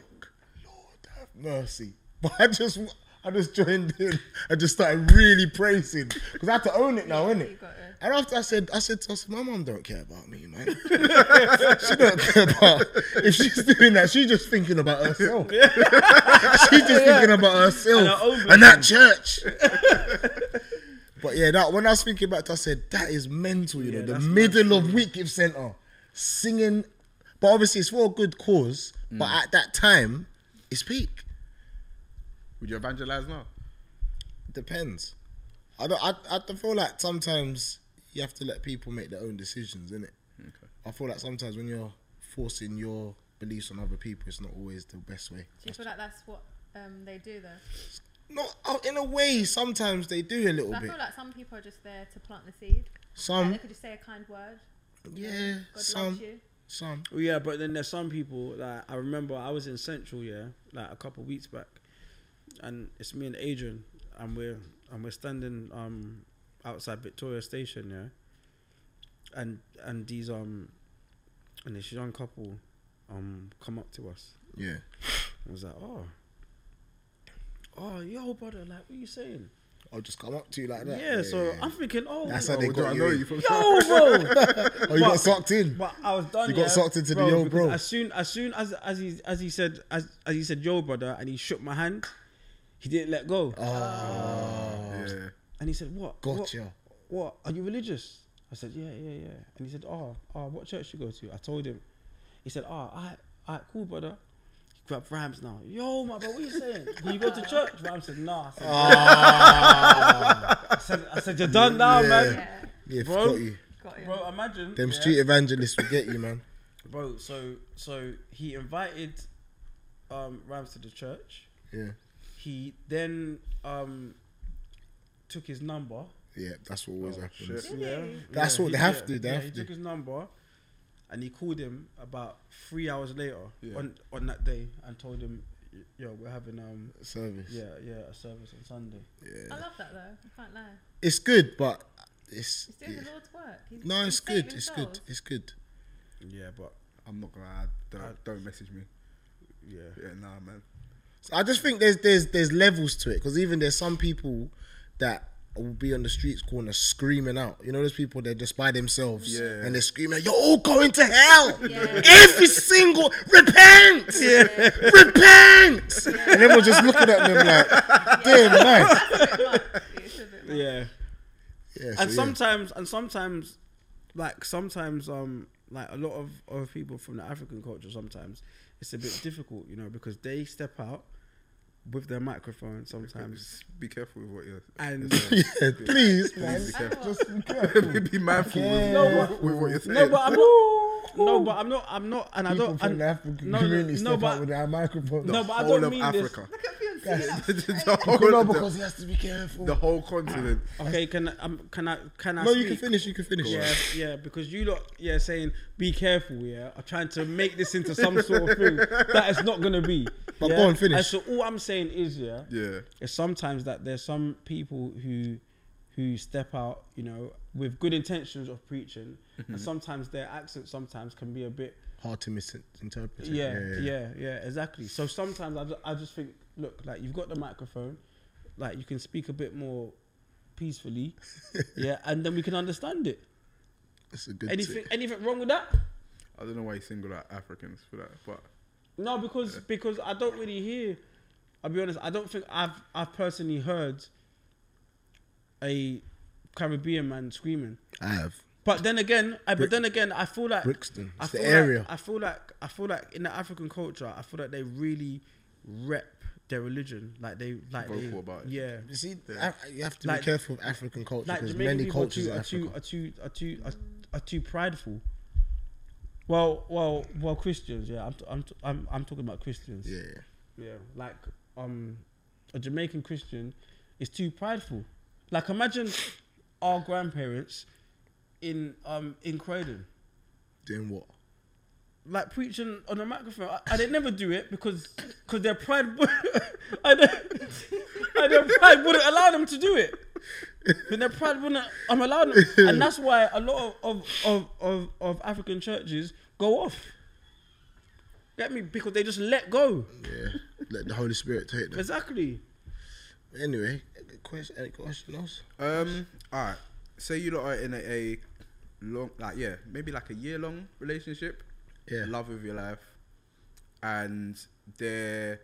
S5: Lord have mercy. But I just I just joined in. I just started really praising. Because I had to own it now,
S4: You
S5: innit?
S4: got it.
S2: and after I said, I said to us, my mom don't care about me, man. she don't care about.
S5: If she's doing that, she's just thinking about herself. she's just thinking about herself.
S1: And her own
S2: And that church. but yeah, that when I was thinking back, to, I said that is mental. You
S1: Yeah,
S2: know, the
S1: that's
S2: middle of Whitgift Centre, singing, but obviously it's for a good cause. But
S1: Mm.
S2: at that time, it's peak.
S3: Would you evangelize now?
S2: Depends. I don't. I, I don't feel like sometimes you have to let people make their own decisions, innit?
S3: Okay.
S2: I feel like sometimes when you're forcing your beliefs on other people, it's not always the best way.
S4: Do you feel like that's what um, they do though?
S2: No, oh, in a way, sometimes they do a little
S4: But I
S2: bit.
S4: feel like some people are just there to plant the seed. Like,
S2: Some,
S4: they could just say a kind word.
S2: yeah,
S4: God
S2: some,
S4: loves you.
S2: some.
S1: Well, yeah, but then there's some people like I remember I was in Central, yeah, like a couple of weeks back, and it's me and Adrian, and we're and we're standing um outside Victoria Station, yeah, and and these um and this young couple um come up to us
S2: Yeah,
S1: and was like, oh, oh, yo, brother, like what are you saying?
S2: I'll just come up to you like
S1: Yeah,
S2: that.
S1: so I'm thinking, oh,
S2: That's
S1: yo,
S2: how they
S3: do I
S2: got you.
S3: know
S2: in.
S3: you from?
S1: yo, bro.
S2: Oh, you got sucked in.
S1: But I was done.
S2: You got
S1: yeah,
S2: sucked into the yo,
S1: because
S2: bro.
S1: As soon as soon as as he as he said as as he said yo brother and he shook my hand, he didn't let go.
S3: Yeah.
S1: and he said what? Ah. What-
S2: Oh. Ah, Gotcha.
S1: What, are you religious? I said yeah yeah yeah. And he said oh oh what church you go to? I told him. He said oh alright alright cool brother. He grabbed Rams now. Yo my bro, what you saying? Do you go to church? Rams said nah. I said, I said, I said, you're done now man.
S4: Yeah,
S2: Ah. Yeah,
S1: Bro.
S2: forgot you.
S4: got it.
S1: Bro imagine
S2: Them
S1: yeah.
S2: street evangelists will get you, man.
S1: Bro, so so he invited um Rams to the church.
S2: Yeah,
S1: He then um took his number.
S2: yeah, that's what always
S3: Oh,
S2: happens.
S3: shit.
S4: Did he?
S2: That's
S1: Yeah,
S2: what
S1: he-
S2: they have
S1: yeah,
S2: to. They
S1: yeah,
S2: have
S1: he
S2: to.
S1: took his number and he called him about three hours later
S3: Yeah.
S1: on on that day and told him "Y- yo, we're having um
S2: service.
S1: yeah, yeah, a service on Sunday.
S4: I love that though. I can't lie.
S2: It's good, but it's
S4: He's doing the Lord's work. He's,
S2: no,
S4: he's
S2: it's good.
S4: saving
S2: It's good.
S4: souls.
S2: It's good.
S1: Yeah, but
S3: I'm not gonna. I don't, don't message me.
S1: yeah.
S3: Yeah, nah, man.
S2: So I just think there's there's there's levels to it because even there's some people that will be on the streets corner screaming out. You know those people they're just by themselves
S3: Yeah.
S2: and they're screaming, "You're all going to hell!
S4: Yeah.
S2: Every single repent, repent!" And everyone just looking at them like, "Damn man."
S4: It's a bit much.
S1: Yeah.
S2: Yeah, so
S1: and
S2: yeah.
S1: sometimes and sometimes like sometimes um like a lot of of people from the african culture sometimes it's a bit difficult you know because they step out with their microphone sometimes
S3: Just be careful with what you're.
S1: and
S2: Yeah, please, man.
S3: Please be
S4: I
S3: careful.
S4: thought-
S5: Just be careful.
S3: be mindful with,
S5: No,
S3: with what you're saying.
S1: no but i'm not no, but I'm not. I'm not, and I
S6: People
S1: don't.
S6: from
S1: and-
S6: the African
S1: no,
S6: community
S1: no,
S6: step out
S1: but-
S6: with our microphones.
S1: No, but I
S3: whole
S1: don't
S3: of
S1: mean this.
S3: Africa.
S4: Look at Fiona.
S3: the,
S6: You know,
S3: whole,
S6: because
S3: the,
S6: he has to be careful.
S3: the whole continent.
S1: Okay, can I- um, can I can I?
S2: No,
S1: speak?
S2: you can finish. You can finish.
S1: Yeah, yeah, because you lot, yeah, saying be careful, yeah, are trying to make this into some sort of thing that it's not gonna be.
S2: But
S1: yeah?
S2: go on, finish.
S1: And so all I'm saying is, yeah,
S3: Yeah.
S1: is sometimes that there's some people who who step out, you know, with good intentions of preaching, and sometimes their accent sometimes can be a bit,
S2: Hard to misinterpret. it.
S1: yeah, yeah, yeah, exactly. So sometimes I just, I just think, look, like you've got the microphone, like you can speak a bit more peacefully, yeah, and then we can understand it.
S2: That's a good.
S1: Anything,
S2: tip.
S1: anything wrong with that?
S3: I don't know why you single out Africans for that, but
S1: No, because because I don't really hear. I'll be honest. I don't think I've I've personally heard a Caribbean man screaming.
S2: I have.
S1: But then again, I, but then again, I feel like
S2: Brixton.
S1: I
S2: It's the
S1: feel
S2: area.
S1: Like, I feel like I feel like in the African culture, I feel like they really rep their religion. Like they like they-
S3: Vocal about it.
S1: Yeah.
S2: You see, Af- you have to
S1: Like-
S2: be careful of African culture
S1: Like
S2: because
S1: Jamaican
S2: many
S1: people are
S2: cultures
S1: too
S2: in
S1: are too,
S2: Africa.
S1: are too are too are are too prideful. Well, well, well, Christians. Yeah, I'm t- I'm t- I'm I'm talking about Christians.
S2: Yeah,
S1: Yeah, like um, a Jamaican Christian is too prideful. Like imagine our grandparents in um in Croydon,
S2: doing what?
S1: like preaching on a microphone. I, I didn't never do it because because their pride, wou- and their, and their pride wouldn't allow them to do it. And their pride wouldn't um, allow them, and that's why a lot of of of, of, of African churches go off. Get me because they just let go.
S2: Yeah, let the Holy Spirit take them.
S1: Exactly.
S2: Anyway, any question, any question else?
S3: Um, all right. Say you lot are in a, a long, like yeah, maybe like a year long relationship.
S2: Yeah.
S3: Love of your life, and their,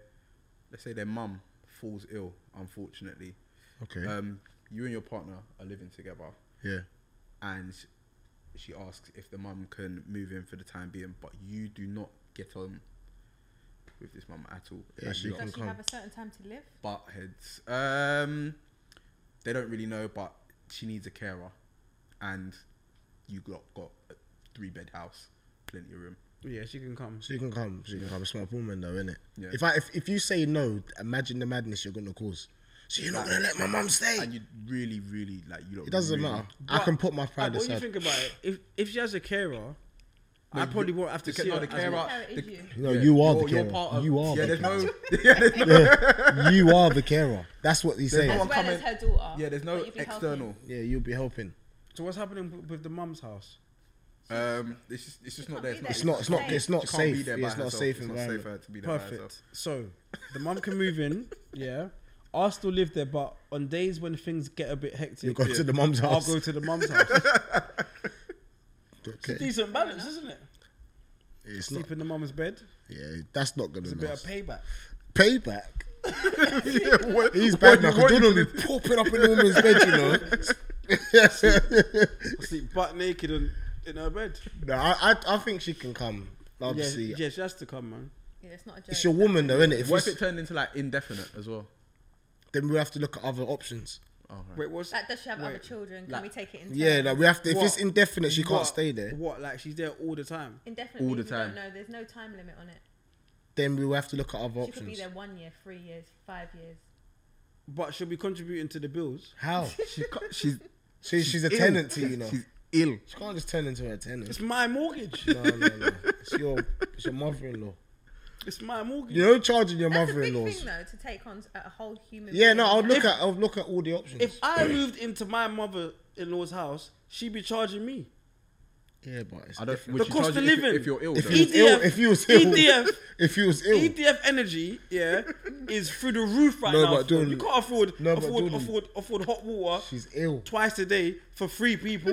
S3: let's say their mum falls ill, unfortunately.
S2: Okay.
S3: Um, you and your partner are living together,
S2: yeah.
S3: and she asks if the mum can move in for the time being, but you do not get on with this mum at all.
S2: Yeah,
S3: Like,
S2: she
S3: you lot
S2: can
S4: Does she have a certain time to live?
S3: butt heads. Um, they don't really know, but she needs a carer, and you got got a three bed house, plenty of room.
S1: Yeah, she can come.
S2: So you can come. So you can come. A smart woman, though, innit?
S3: Yeah.
S2: If I if, if you say no, imagine the madness you're gonna cause. So you're not gonna let my mum stay.
S3: And you really, really like you.
S2: It doesn't
S3: really,
S2: matter. I can put my
S1: Like,
S2: pride
S1: what do you
S2: aside.
S1: think about it? If if she has a carer, I probably won't have to
S3: the ca-
S1: see
S3: no,
S1: her.
S3: the
S1: as
S3: carer-
S1: much.
S4: No, it is
S3: the-
S4: you.
S2: No,
S3: Yeah,
S2: you are the
S3: you're- you're
S2: carer.
S3: part of-
S2: you are.
S3: Yeah,
S2: the
S3: there's
S2: carer.
S3: no. Yeah, there's no.
S2: you are the carer. That's what he's
S3: There's no
S2: saying.
S3: one
S4: As well as
S3: coming-
S4: her daughter.
S3: Yeah, there's no
S4: But if you help
S3: external.
S2: Yeah, you'll be helping.
S1: So what's happening w- with the mum's house?
S3: Um, it's just, it's just not there.
S2: It's not. It's not. It's not
S3: she can't be
S2: safe.
S3: there
S2: Yeah,
S3: by
S2: It's not a
S3: herself.
S2: safe
S3: It's not safe for
S2: environment.
S3: her to be there by herself.
S1: Perfect. So the mum can move in. Yeah, I'll still live there, but on days when things get a bit hectic,
S2: You go to the mum's
S1: I'll
S2: house.
S1: go to the mum's house.
S2: Okay.
S1: Decent balance, isn't it?
S2: It's not.
S1: Sleep in the mum's bed.
S2: Yeah, that's not gonna.
S1: It's a
S2: last.
S1: bit of payback.
S2: payback.
S3: what-
S2: He's
S3: what
S2: bad
S3: you
S2: now
S3: want
S2: because Jordan be popping up in the woman's bed, you know.
S1: I sleep butt naked on, in her bed.
S2: no, I, I I think she can come.
S1: Yeah,
S2: Obviously,
S1: yeah, she has to come, man.
S4: Yeah, it's not a joke.
S2: it's your woman though, isn't it? If
S3: What if
S2: it's-
S3: it turned into like indefinite as well?
S2: then we have to look at other options.
S3: Oh, right.
S1: Wait, what's
S4: Like, does she have other
S1: Wait,
S4: children? Can
S1: like-
S4: we take it in?
S2: Yeah,
S4: turns?
S2: like we have to. If it's
S1: What?
S2: indefinite, she can't
S1: What?
S2: stay there.
S1: What? Like she's there all the time.
S4: indefinitely.
S3: all the
S4: we
S3: time.
S4: Don't know. There's no time limit on it.
S2: Then we will have to look at other
S4: She could be
S2: options.
S4: there one year, three years, five years.
S1: But she'll be contributing to the bills.
S2: How?
S3: She can't- she's
S2: She, she's a
S3: ill.
S2: tenant to you, you know.
S3: She's ill.
S2: She can't just turn into a tenant.
S1: It's my mortgage.
S2: No, no, no. It's your, it's your mother-in-law.
S1: It's my mortgage.
S2: You know, charging your
S4: That's a big
S2: mother-in-laws.
S4: thing, though, to take on a whole human.
S2: Yeah, no, I would
S4: being.
S2: look at, I would look at all the options.
S1: If I moved into my mother-in-law's house, she'd be charging me.
S2: yeah, but it's
S3: I don't.
S2: different.
S3: would
S1: The
S3: she
S1: cost of
S3: charge you if you-
S1: living.
S3: If you're ill,
S2: If
S3: though?
S2: he was ill,
S1: EDF,
S2: if he was
S1: EDF.
S2: ill, if he was ill,
S1: EDF E Energy, yeah, is through the roof right
S2: No,
S1: now.
S2: but Jordan-
S1: you can't afford
S2: No, but
S1: afford,
S2: Jordan-
S1: afford afford hot water
S2: she's ill.
S1: twice a day for three people.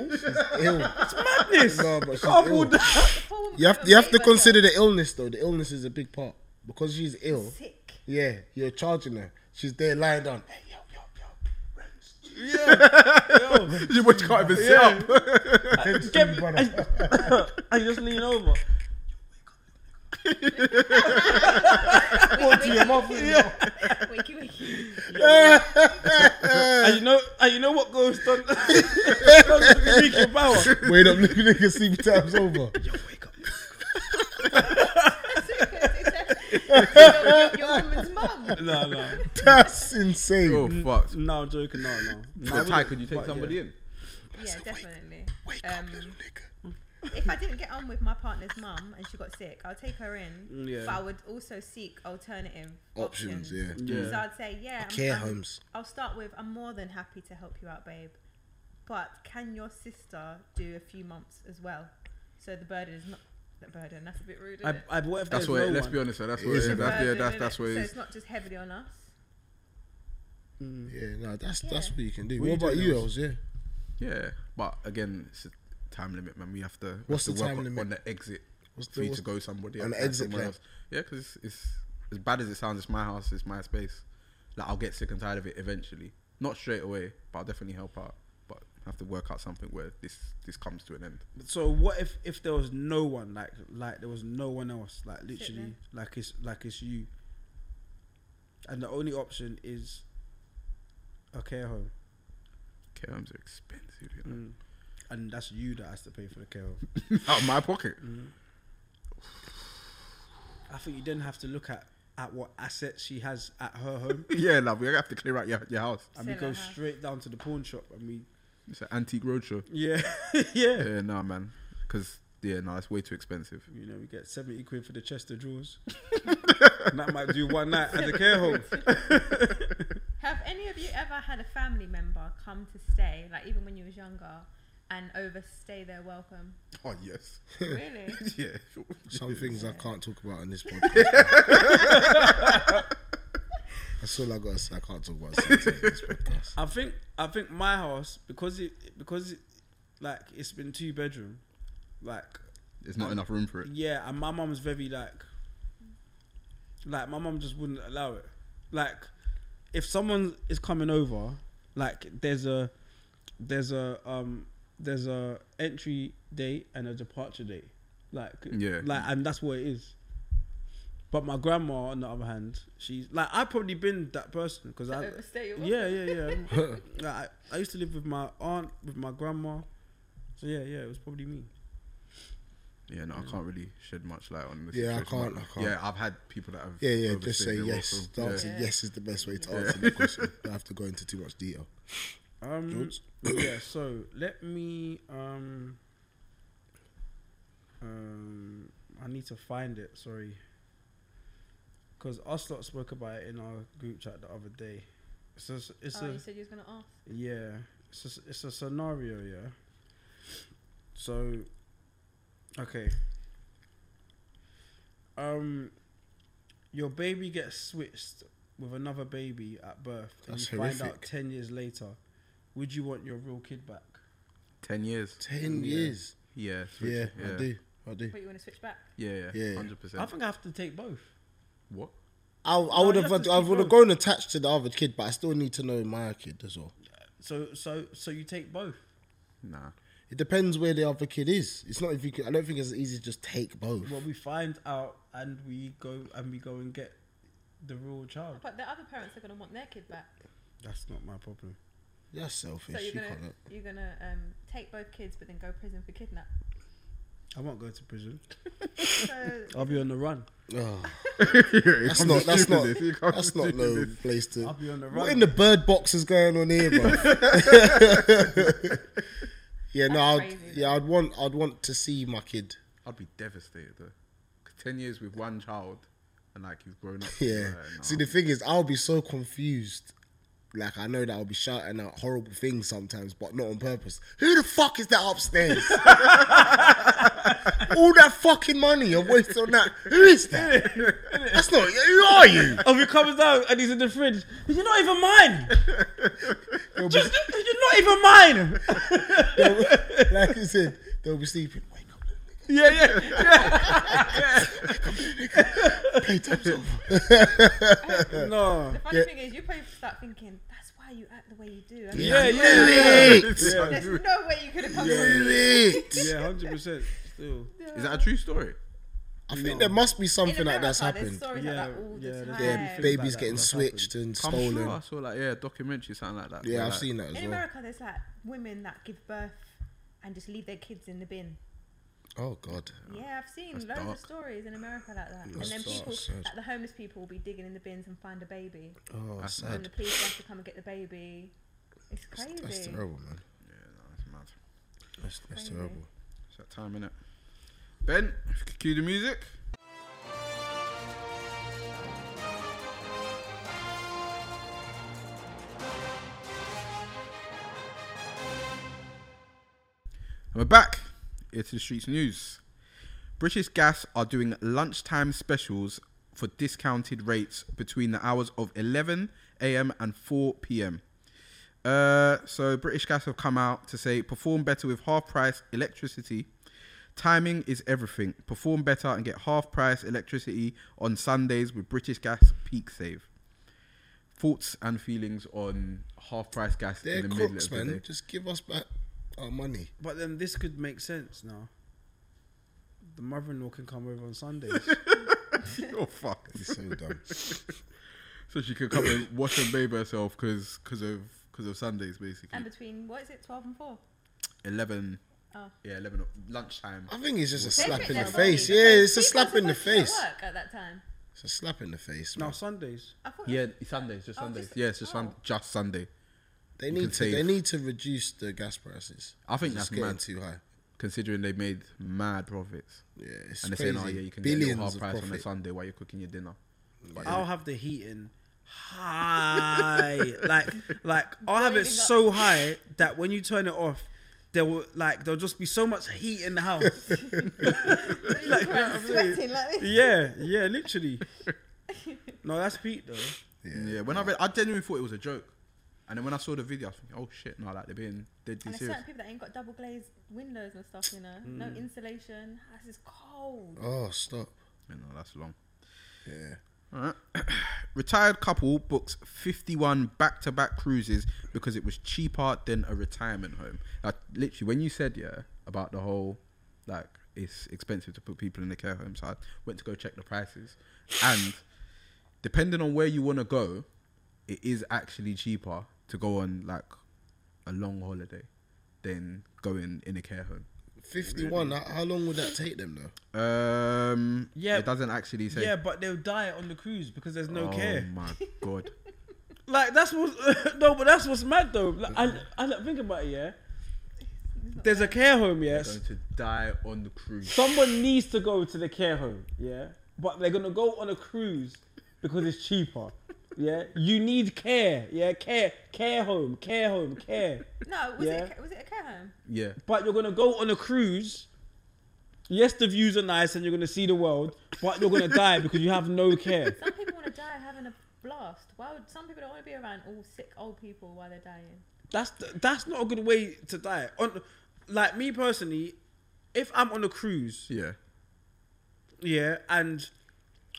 S2: Ill.
S1: Madness.
S2: No, but she's
S1: can't afford
S2: ill.
S1: that.
S4: The poor woman
S2: You have
S4: couldn't
S2: you have to
S4: bathe herself.
S2: consider the illness though. The illness is a big part because she's ill.
S4: Sick.
S2: Yeah, you're charging her. She's there lying down. Hey, yo, yo, yo.
S1: Yeah,
S3: She would- can't even sit
S1: Yeah.
S3: up.
S1: yo. Get me, I, I just lean over.
S4: What do your mother? Wakey, wakey.
S1: And you know, and you know what goes down. Down to the nuclear power.
S2: Wait up, nigga, nigga, sleep time's over.
S1: Yo, wake up.
S4: your, your woman's mum.
S1: No, no.
S2: That's insane.
S3: Oh fuck!
S1: No, I'm joking. No, no. no I
S3: But Ty,
S1: wouldn't-
S3: could you take
S1: but,
S3: somebody
S1: yeah.
S3: in?
S4: Yeah, definitely.
S2: Wake
S4: Um,
S2: up, little nigga.
S4: if I didn't get on with my partner's mum and she got sick, I'll take her in.
S1: Yeah.
S4: But I would also seek alternative
S2: Options, yeah.
S1: Yeah.
S4: So I'd say, yeah, I'm-
S2: Care
S4: I'm-
S2: homes.
S4: I'll start with, I'm more than happy to help you out, babe. But can your sister do a few months as well? So the burden is not the burden. That's a bit rude. Isn't
S1: I,
S4: it?
S1: I, what if
S3: That's
S1: there's
S3: where.
S1: no
S3: let's
S1: one?
S3: be honest, though, that's
S2: It
S3: where.
S2: is a
S3: That's,
S4: Burden,
S3: yeah, that's
S4: innit?
S3: that's where.
S4: So
S3: it
S4: it's
S3: is.
S4: not just heavily on us.
S2: Yeah, no, that's
S4: Yeah.
S2: that's what you can do.
S1: What
S2: What,
S1: you
S2: about
S1: doing
S2: you,
S1: else?
S2: Els? Yeah.
S3: Yeah, but again, it's a time limit, man. We have to. we have
S2: What's
S3: to
S2: the
S3: work
S2: time
S3: on-
S2: limit?
S3: on the exit
S2: What's the-
S3: for you
S2: what's-
S3: to go somebody
S2: on the
S3: outside
S2: exit
S3: somewhere
S2: plan?
S3: else? Yeah, because it's, it's as bad as it sounds. It's my house. It's my space. Like I'll get sick and tired of it eventually. Not straight away, but I'll definitely help out. But have to work out something where this this comes to an end.
S1: So what if if there was no one like like there was no one else like literally
S4: there.
S1: like it's like it's you, and the only option is a care home,
S3: Care homes are expensive. You know?
S1: mm. and that's you that has to pay for the care home.
S3: out of my pocket.
S1: I think you then have to look at at what assets she has at her home,
S3: yeah, love. We have to clear out your, your house.
S1: and we
S4: Sell
S1: go
S4: her house.
S1: straight down to the pawn shop, and we
S3: It's an antique roadshow.
S1: yeah yeah.
S3: Yeah, nah, man. Because yeah, nah, it's way too expensive.
S1: You know, we get 70 quid for the chest of drawers. and that might do one night at the care home.
S4: Have any of you ever had a family member come to stay, like even when you was younger, and overstay their welcome?
S3: Oh yes.
S4: really?
S3: yeah.
S2: Some things I can't talk about on this podcast. That's all I got to say. I can't talk about sex on this podcast.
S1: I think I think my house, because it because it like it's been two bedroom, like
S3: There's not enough room for it.
S1: yeah, and my mum's very like like my mum just wouldn't allow it. Like if someone is coming over, like there's a there's a um there's a entry date and a departure date. Like
S3: Yeah.
S1: Like and that's what it is. But my grandma, on the other hand, she's like I've probably been that person because I
S4: overstay your welcome.
S1: yeah, yeah, yeah. I'm- yeah, I, I used to live with my aunt, with my grandma. So yeah, yeah, it was probably me.
S3: Yeah, no, I can't really shed much light on this.
S2: Mm. Yeah, I
S3: situation,
S2: can't-
S3: but
S2: I can't.
S3: Yeah, I've had people that have.
S2: Yeah, yeah. Just
S3: overstayed
S2: say
S3: their
S2: yes.
S3: welcome.
S2: The answer
S4: Yeah.
S2: yes is the best way to answer the question. Don't have to go into too much detail.
S1: Um,
S2: Jules?
S1: yeah. So let me. Um, um, I need to find it. Sorry. Because us lot spoke about it in our group chat the other day. It's a, s- it's
S4: oh,
S1: a
S4: you said you was gonna ask.
S1: yeah. It's a, s- it's a scenario. Yeah. So. Okay. Um, your baby gets switched with another baby at birth, and
S2: That's
S1: you find out
S2: horrific.
S1: ten years later. Would you want your real kid back?
S3: Ten years.
S2: Ten
S1: Yeah.
S2: years.
S3: Yeah.
S2: Yeah,
S3: switch- yeah.
S2: I do. I do.
S4: But you wanna switch back?
S3: Yeah,
S2: Yeah.
S3: yeah. Hundred
S1: I
S3: percent.
S1: think I have to take both.
S3: What?
S2: I, I
S1: No,
S2: would
S1: you
S2: have
S1: have to
S2: I
S1: speak
S2: would have
S1: both.
S2: grown attached to the other kid, but I still need to know my kid as well.
S1: So so so you take both.
S3: Nah.
S2: It depends where the other kid is. It's not if you. Can, I don't think it's easy to just take both.
S1: Well, we find out and we go and we go and get the real child.
S4: But the other parents are gonna want their kid back.
S1: That's not my problem.
S2: That's selfish.
S4: So you're
S2: you
S4: gonna
S2: can't.
S4: you're gonna um, take both kids, but then go prison for kidnap.
S1: I won't go to prison.
S4: So
S1: I'll be on the run.
S2: Oh,
S3: that's
S2: that's not. That's not. That's not no place
S1: I'll
S2: to.
S1: be on the run.
S2: What in the bird box is going on here, bro? yeah, no.
S4: That's
S2: I'd,
S4: crazy,
S2: yeah, I'd want. I'd want to see my kid.
S3: I'd be devastated though. 'Cause Ten years with one child, and like you've grown up.
S2: Yeah.
S3: Like, nah.
S2: See, the thing is, I'll be so confused. Like, I know that I'll be shouting out horrible things sometimes, but not on purpose. Who the fuck is that upstairs? All that fucking money I wasted on that. Who is that? That's not. Who are you?
S1: Oh, he comes down and he's in the fridge. You're not even mine. Just, you're not even mine.
S2: Like you said, they'll be sleeping. Wake up, little
S1: Yeah, yeah.
S2: nigga. Playtime's over.
S1: No.
S4: the funny
S2: Yeah.
S4: thing is, you probably start thinking that's why you act the way you do. I mean,
S1: Yeah, yeah.
S2: Knew it.
S3: It's-
S4: There's no way you could have come.
S2: Knew it.
S1: Yeah, hundred percent. Still.
S3: Is that a true story?
S2: I think there must be
S4: In
S2: something like
S4: America,
S2: that's
S4: There's
S2: happened.
S4: stories
S1: Yeah,
S4: like that all the
S1: yeah, there's
S4: time.
S2: Yeah,
S1: stories.
S2: babies
S1: Like that
S2: getting
S1: that's
S2: switched and
S3: I'm
S2: stolen.
S3: sure I saw like yeah, a documentary, something like that.
S2: Yeah,
S3: where,
S2: I've
S3: like,
S2: seen that as
S4: In
S2: well.
S4: America, there's like women that give birth and just leave their kids in the bin.
S2: Oh God.
S4: Yeah, I've seen
S3: That's
S4: loads
S3: dark.
S4: of stories in America like that.
S2: That's
S4: and then
S2: so
S4: people,
S2: sad.
S4: like the homeless people, will be digging in the bins and find a baby.
S2: Oh,
S3: That's
S2: sad.
S4: And the police have to come and get the baby. It's crazy.
S2: That's, that's terrible, man.
S3: Yeah, no, it's mad.
S2: That's, that's
S4: Crazy.
S2: terrible.
S3: It's that time, innit? Ben, if you could cue the music. And we're back. Here to the streets news. British Gas are doing lunchtime specials for discounted rates between the hours of 11 a.m. and 4 p.m. Uh, so British Gas have come out to say perform better with half price electricity. Timing is everything. Perform better and get half price electricity on Sundays with British Gas Peak Save. Thoughts and feelings on half price gas
S2: They're
S3: in the middle
S2: crooks,
S3: of the day.
S2: man. Just give us back our money.
S1: But then this could make sense now. The mother-in-law can come over on Sundays.
S3: You're fucked.
S2: He's so dumb.
S3: So she could come and wash and bathe herself because of because of Sundays basically.
S4: And between, what is it, 12 and 4?
S3: eleven.
S4: Oh.
S3: Yeah, eleven o- lunchtime.
S2: I think it's just a
S4: They
S2: slap
S4: think
S2: in the
S4: they're
S2: face.
S4: bullies.
S2: Yeah, it's a
S4: People
S2: slap
S4: are
S2: in the
S4: supposed to be at
S2: face.
S4: Work at that time.
S2: It's a slap in the face,
S1: now
S2: man.
S1: Sundays.
S4: I thought
S3: Yeah, Sundays, just
S4: Oh,
S3: Sundays.
S4: just-
S3: yeah, it's just sun,
S4: oh.
S3: just Sunday.
S2: They
S3: You
S2: need
S3: can
S2: to.
S3: save.
S2: They need to reduce the gas prices.
S3: I think
S2: It's
S3: that's
S2: getting
S3: mad
S2: too high.
S3: considering they made mad profits.
S2: Yeah, it's
S3: and they're
S2: crazy.
S3: saying, oh yeah, you can
S2: Billions
S3: get a little half
S2: of
S3: price on a
S2: profit.
S3: Sunday while you're cooking your dinner.
S1: I'll have the heating high, like like I'll have it
S4: Boiling up.
S1: so high that when you turn it off, there will like there'll just be so much heat in the house.
S4: Like, sweating like this.
S1: yeah, yeah, literally. No, that's Pete though.
S3: Yeah, when I read, I genuinely thought it was a joke, and then when I saw the video, I was thinking, oh shit, no, like they're being dead
S4: And there's
S3: serious.
S4: certain people that ain't got double glazed windows and stuff, you know. No
S1: Mm.
S4: insulation. This is cold.
S2: Oh, stop.
S3: Yeah, no, that's long.
S2: Yeah.
S3: Alright. Retired couple books 51 back to back cruises because it was cheaper than a retirement home. Like, literally, when you said, yeah, about the whole, like, it's expensive to put people in the care home, so I went to go check the prices. And depending on where you want to go, it is actually cheaper to go on, like, a long holiday than going in a care home.
S2: Fifty-one. How, how long would that take them though?
S3: Um,
S1: Yeah.
S3: It doesn't actually say.
S1: Yeah, but they'll die on the cruise because there's no
S3: oh
S1: care.
S3: my God.
S1: Like that's what no, but that's what's mad though. Like, I I like, think about it. Yeah, there's a care home. Yes,
S3: Going to die on the cruise.
S1: someone needs to go to the care home. Yeah, but they're gonna go on a cruise because it's cheaper. Yeah, you need care. Yeah, care, care home, care home, care.
S4: No, was,
S1: Yeah.
S4: it, a- was it a care home?
S3: Yeah.
S1: But you're gonna go on a cruise. Yes, the views are nice and you're gonna see the world, but you're gonna die because you have no care.
S4: Some people want to die having a blast. Why would some people don't want to be around all sick old people while they're dying?
S1: That's that's not a good way to die. On like me personally, if I'm on a cruise.
S3: Yeah.
S1: Yeah, and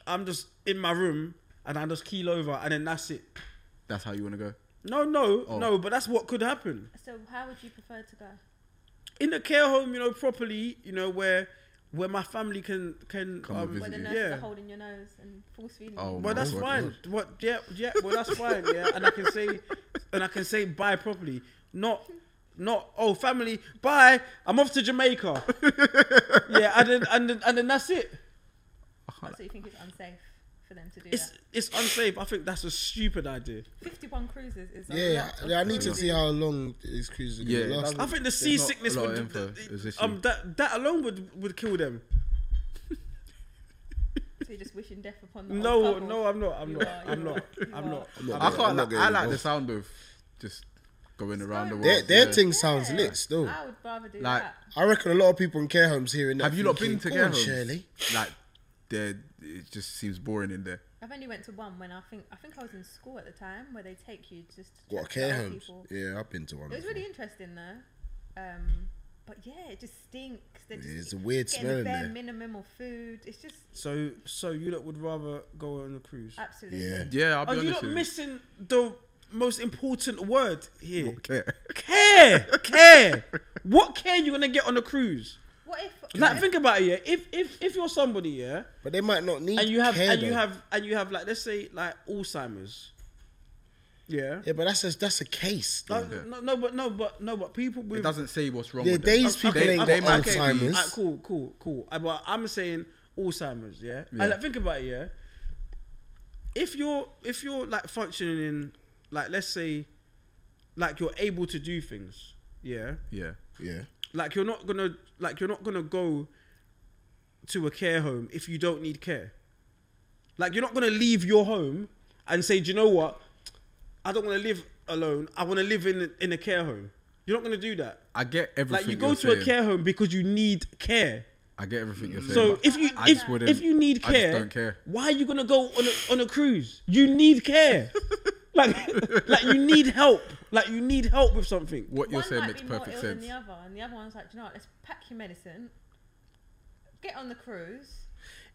S1: I'm just in my room and I just keel over and then that's it.
S3: That's how you want to go.
S1: No, no,
S3: Oh.
S1: no, but that's what could happen.
S4: So how would you prefer to go?
S1: In a care home, you know, properly, you know, where where my family can can
S3: Come
S1: um,
S3: and
S4: Where
S3: Visit
S4: the
S3: you.
S4: nurses
S1: yeah.
S4: are holding your nose and force feeding
S3: Oh,
S4: you.
S1: Well, that's
S3: Lord.
S1: fine. What? Yeah, yeah. Well, that's fine. Yeah, and I can say, and I can say bye properly. Not, not. Oh, family, bye. I'm off to Jamaica. yeah, and then and then, and then that's it.
S4: So you think it's unsafe for them to do
S1: It's
S4: that?
S1: it's unsafe. I think that's a stupid idea.
S4: Fifty-one cruises is a
S2: Yeah,
S4: lot.
S2: I, I need to see how long these cruises are
S3: Yeah,
S2: gonna
S3: it
S2: last.
S1: I think the seasickness
S3: not a
S1: would
S3: lot of info, is this
S1: um
S3: you?
S1: that that alone would would kill them.
S4: So you're just wishing death upon the old
S1: No,
S4: couple.
S1: no, I'm not. I'm
S4: Oh, You
S1: not.
S4: are,
S1: I'm
S4: you
S1: not.
S4: are, you
S1: I'm not.
S4: are.
S2: not getting-
S3: I can't.
S2: I'm
S3: like,
S2: not getting
S3: I like the
S2: involved.
S3: sound of just going around the world.
S4: going
S2: Their, their
S3: yeah.
S2: thing sounds
S4: Yeah.
S2: lit still.
S4: I would rather do
S3: Like,
S4: that.
S2: I reckon a lot of people in care homes here in that.
S3: Have you not been
S2: thinking,
S3: to
S2: "Go
S3: care
S2: on,
S3: homes?
S2: Shirley.
S3: Like, there. It just seems boring in there.
S4: I've only went to one when I think I think I was in school at the time where they take you just to
S2: What
S4: chat to
S2: care
S4: other
S2: homes?
S4: people.
S2: Yeah, I've been to one.
S4: It was
S2: before.
S4: really interesting though. Um, but yeah, it just stinks. They're
S2: Yeah, it's
S4: just
S2: a weird
S4: getting
S2: smell
S4: the
S2: in
S4: bare
S2: there.
S4: minimum of food. It's just
S1: So so you lot would rather go on a cruise.
S4: absolutely.
S2: Yeah.
S3: Yeah, I'll be
S1: Are you
S3: honest.
S1: Oh, not
S3: with
S1: missing the most important word here?
S3: Care.
S1: Care, care. What care you gonna get on a cruise?
S4: What if
S1: Like, think about it. Yeah, if if if you're somebody, yeah,
S2: But they might not need.
S1: and you have
S2: care,
S1: and you
S2: though.
S1: have and you have like let's say like Alzheimer's. Yeah.
S2: Yeah, but that's a, that's a case.
S1: No,
S2: though.
S1: no, no, but no, but no, but people
S3: It
S1: with
S3: doesn't say what's wrong
S2: Yeah,
S3: with them.
S2: these people
S3: they,
S2: ain't
S3: they
S2: got
S3: might be-
S2: Alzheimer's.
S1: Ah, cool, cool, cool. Uh, But I'm saying Alzheimer's, yeah.
S3: Yeah.
S1: And like, think about it, yeah. If you're if you're like functioning in like let's say like you're able to do things, yeah.
S3: Yeah.
S2: Yeah.
S1: Like you're not gonna like you're not gonna go to a care home if you don't need care. Like you're not gonna leave your home and say, Do you know what? I don't wanna live alone. I wanna live in in a care home. You're not gonna do that.
S3: I get everything.
S1: Like you go
S3: you're
S1: to a
S3: saying.
S1: care home because you need care.
S3: I get everything you're saying.
S1: So
S3: but
S1: if you
S3: I just
S1: if,
S3: wouldn't-
S1: if you need
S3: I just
S1: care,
S3: don't care.
S1: why are you gonna go on a, on a cruise? You need care. like like you need help. Like you need help with something.
S3: what you're
S4: One
S3: saying
S4: might
S3: makes
S4: be more
S3: perfect
S4: ill
S3: sense.
S4: than the other, and the other one's like, "Do you know what? Let's pack your medicine, get on the cruise.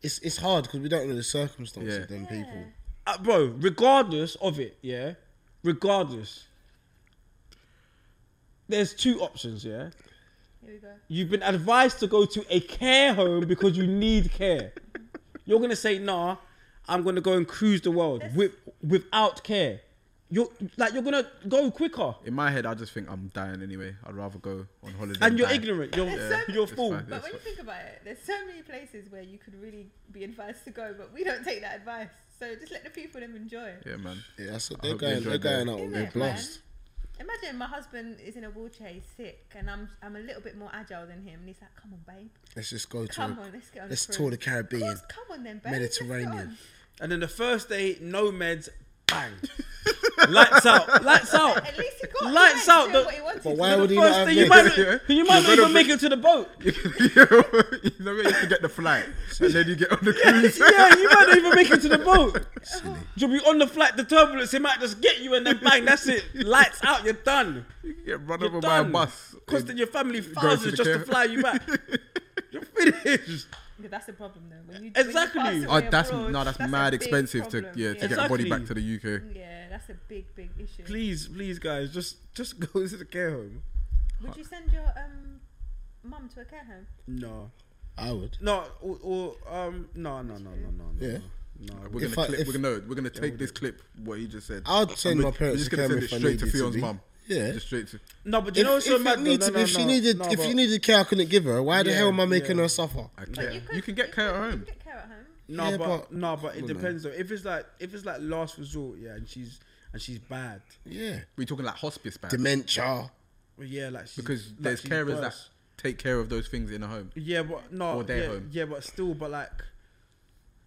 S2: It's it's hard because we don't know the circumstances
S3: Yeah.
S2: of them people.
S1: Uh, bro, regardless of it, yeah, regardless, there's two options, yeah.
S4: Here we go.
S1: You've been advised to go to a care home because you need care. You're gonna say, nah, I'm gonna go and cruise the world with, without care. You're like you're gonna go quicker.
S3: In my head, I just think I'm dying anyway. I'd rather go on holiday.
S1: And you're
S3: die.
S1: ignorant. You're
S4: Yeah.
S1: you're a
S4: It's
S1: fool.
S3: fine.
S4: But
S3: That's
S4: when you
S3: what-
S4: think about it, there's so many places where you could really be advised to go, but we don't take that advice. So just let the people them enjoy.
S3: Yeah, man.
S2: Yeah, that's what
S3: I
S2: they're
S3: hope they
S2: going. They're
S3: enjoyed their-
S2: going out on
S4: Isn't
S2: their
S4: it, man?
S2: blast.
S4: Imagine my husband is in a wheelchair, he's sick, and I'm I'm a little bit more agile than him, and he's like, "Come on, babe,
S2: Let's just go to.
S4: come
S2: a-
S4: on, let's get on."
S2: let's
S4: a cruise."
S2: tour the
S4: Of
S2: Caribbean.
S4: course, come on then, babe. Let's
S2: Mediterranean.
S4: get
S1: And then the first day, no meds, bang. Lights out, lights
S4: on.
S1: out.
S4: At least he got
S1: Lights
S4: lights
S1: out
S4: out.
S1: the-
S4: What he wanted
S2: But
S4: to
S2: why
S1: Then
S4: do.
S2: would
S1: the
S2: he
S1: first
S2: not
S1: day,
S2: have
S1: you
S2: meds?
S1: might, not- you might
S3: You're
S1: not even
S3: gonna
S1: make
S3: be-
S1: it to the boat.
S3: you know what? You can get the flight, and then you get on the cruise.
S1: yeah, you might not even make it to the boat. You'll be on the flight, the turbulence, it might just get you and then bang, that's it. Lights out, you're done.
S3: You can get run
S1: You're
S3: over by a
S1: done.
S3: bus.
S1: Costing your family
S3: to
S1: thousands
S3: the
S1: just to
S3: care-
S1: fly you back.
S3: Oh,
S1: You're finished.
S4: Yeah, that's the problem though. When you
S1: Exactly.
S4: When you pass
S3: Oh,
S4: away
S3: that's
S4: abroad,
S3: no, that's,
S4: a
S3: mad
S4: big
S3: expensive to yeah,
S4: problem.
S3: to get a body
S1: Exactly.
S3: back to the UK.
S4: Yeah, that's a big, big issue.
S1: Please, please, guys, just just go to the care home.
S4: Would you send your um mum to a care home?
S1: No,
S2: I would.
S1: no, or, or um, no, no, no, no, no, no.
S2: Yeah.
S1: no.
S3: We're
S2: If
S3: gonna
S2: I-
S3: clip,
S2: if-
S3: we're gonna we're gonna take this clip what he just said.
S2: I'd send
S3: And
S2: my
S3: we're-
S2: parents
S3: We're just
S2: to
S3: gonna
S2: come if
S3: send it
S2: I
S3: straight to
S2: needed to
S3: Fion's
S2: be.
S3: mum.
S2: Yeah.
S3: just straight to.
S1: No, but you know what's
S2: if,
S1: so
S2: if,
S1: mad
S2: it
S1: though? No,
S2: needs to-
S1: no,
S2: if she
S1: no.
S2: needed,
S1: No,
S2: if
S1: but-
S2: you needed care, I couldn't give her. Why the
S1: Yeah,
S2: hell am I making
S1: yeah.
S2: her suffer?
S3: I
S4: But
S3: can't.
S4: you,
S3: You,
S4: could,
S3: can get care at
S4: could-
S3: home.
S4: You could get care at home.
S1: No,
S2: Yeah,
S1: but,
S2: but-
S1: no, but
S2: come
S1: it
S2: on, man.
S1: depends though. If it's like if it's like last resort, yeah, and she's and she's bad,
S2: Yeah.
S3: We're talking like hospice band
S2: Dementia.
S1: well, yeah, like she's,
S3: because
S1: like
S3: there's
S1: she's
S3: carers that
S1: worse.
S3: take care of those things in a home.
S1: yeah, but no,
S3: Or their
S1: yeah,
S3: home.
S1: yeah, but still, but like,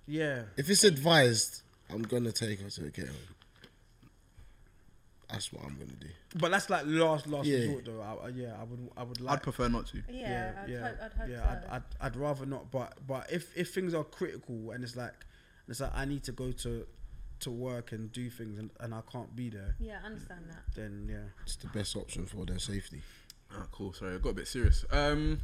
S1: yeah,
S2: If it's advised, I'm gonna take her to a care home. That's what I'm gonna do.
S1: but that's like last last
S2: Yeah.
S1: resort though. I, I- yeah, I would I would
S3: I'd
S1: like.
S3: prefer not to.
S4: Yeah, I'd,
S1: yeah,
S4: Hope, I'd hope
S1: yeah.
S4: so.
S1: I'd, I'd, I'd rather not, but but if if things are critical and it's like it's like I need to go to to work and do things and, and I can't be there,
S4: yeah, I understand that.
S1: then yeah.
S2: It's the best option for their safety.
S3: Ah, cool. Sorry, I got a bit serious. Um,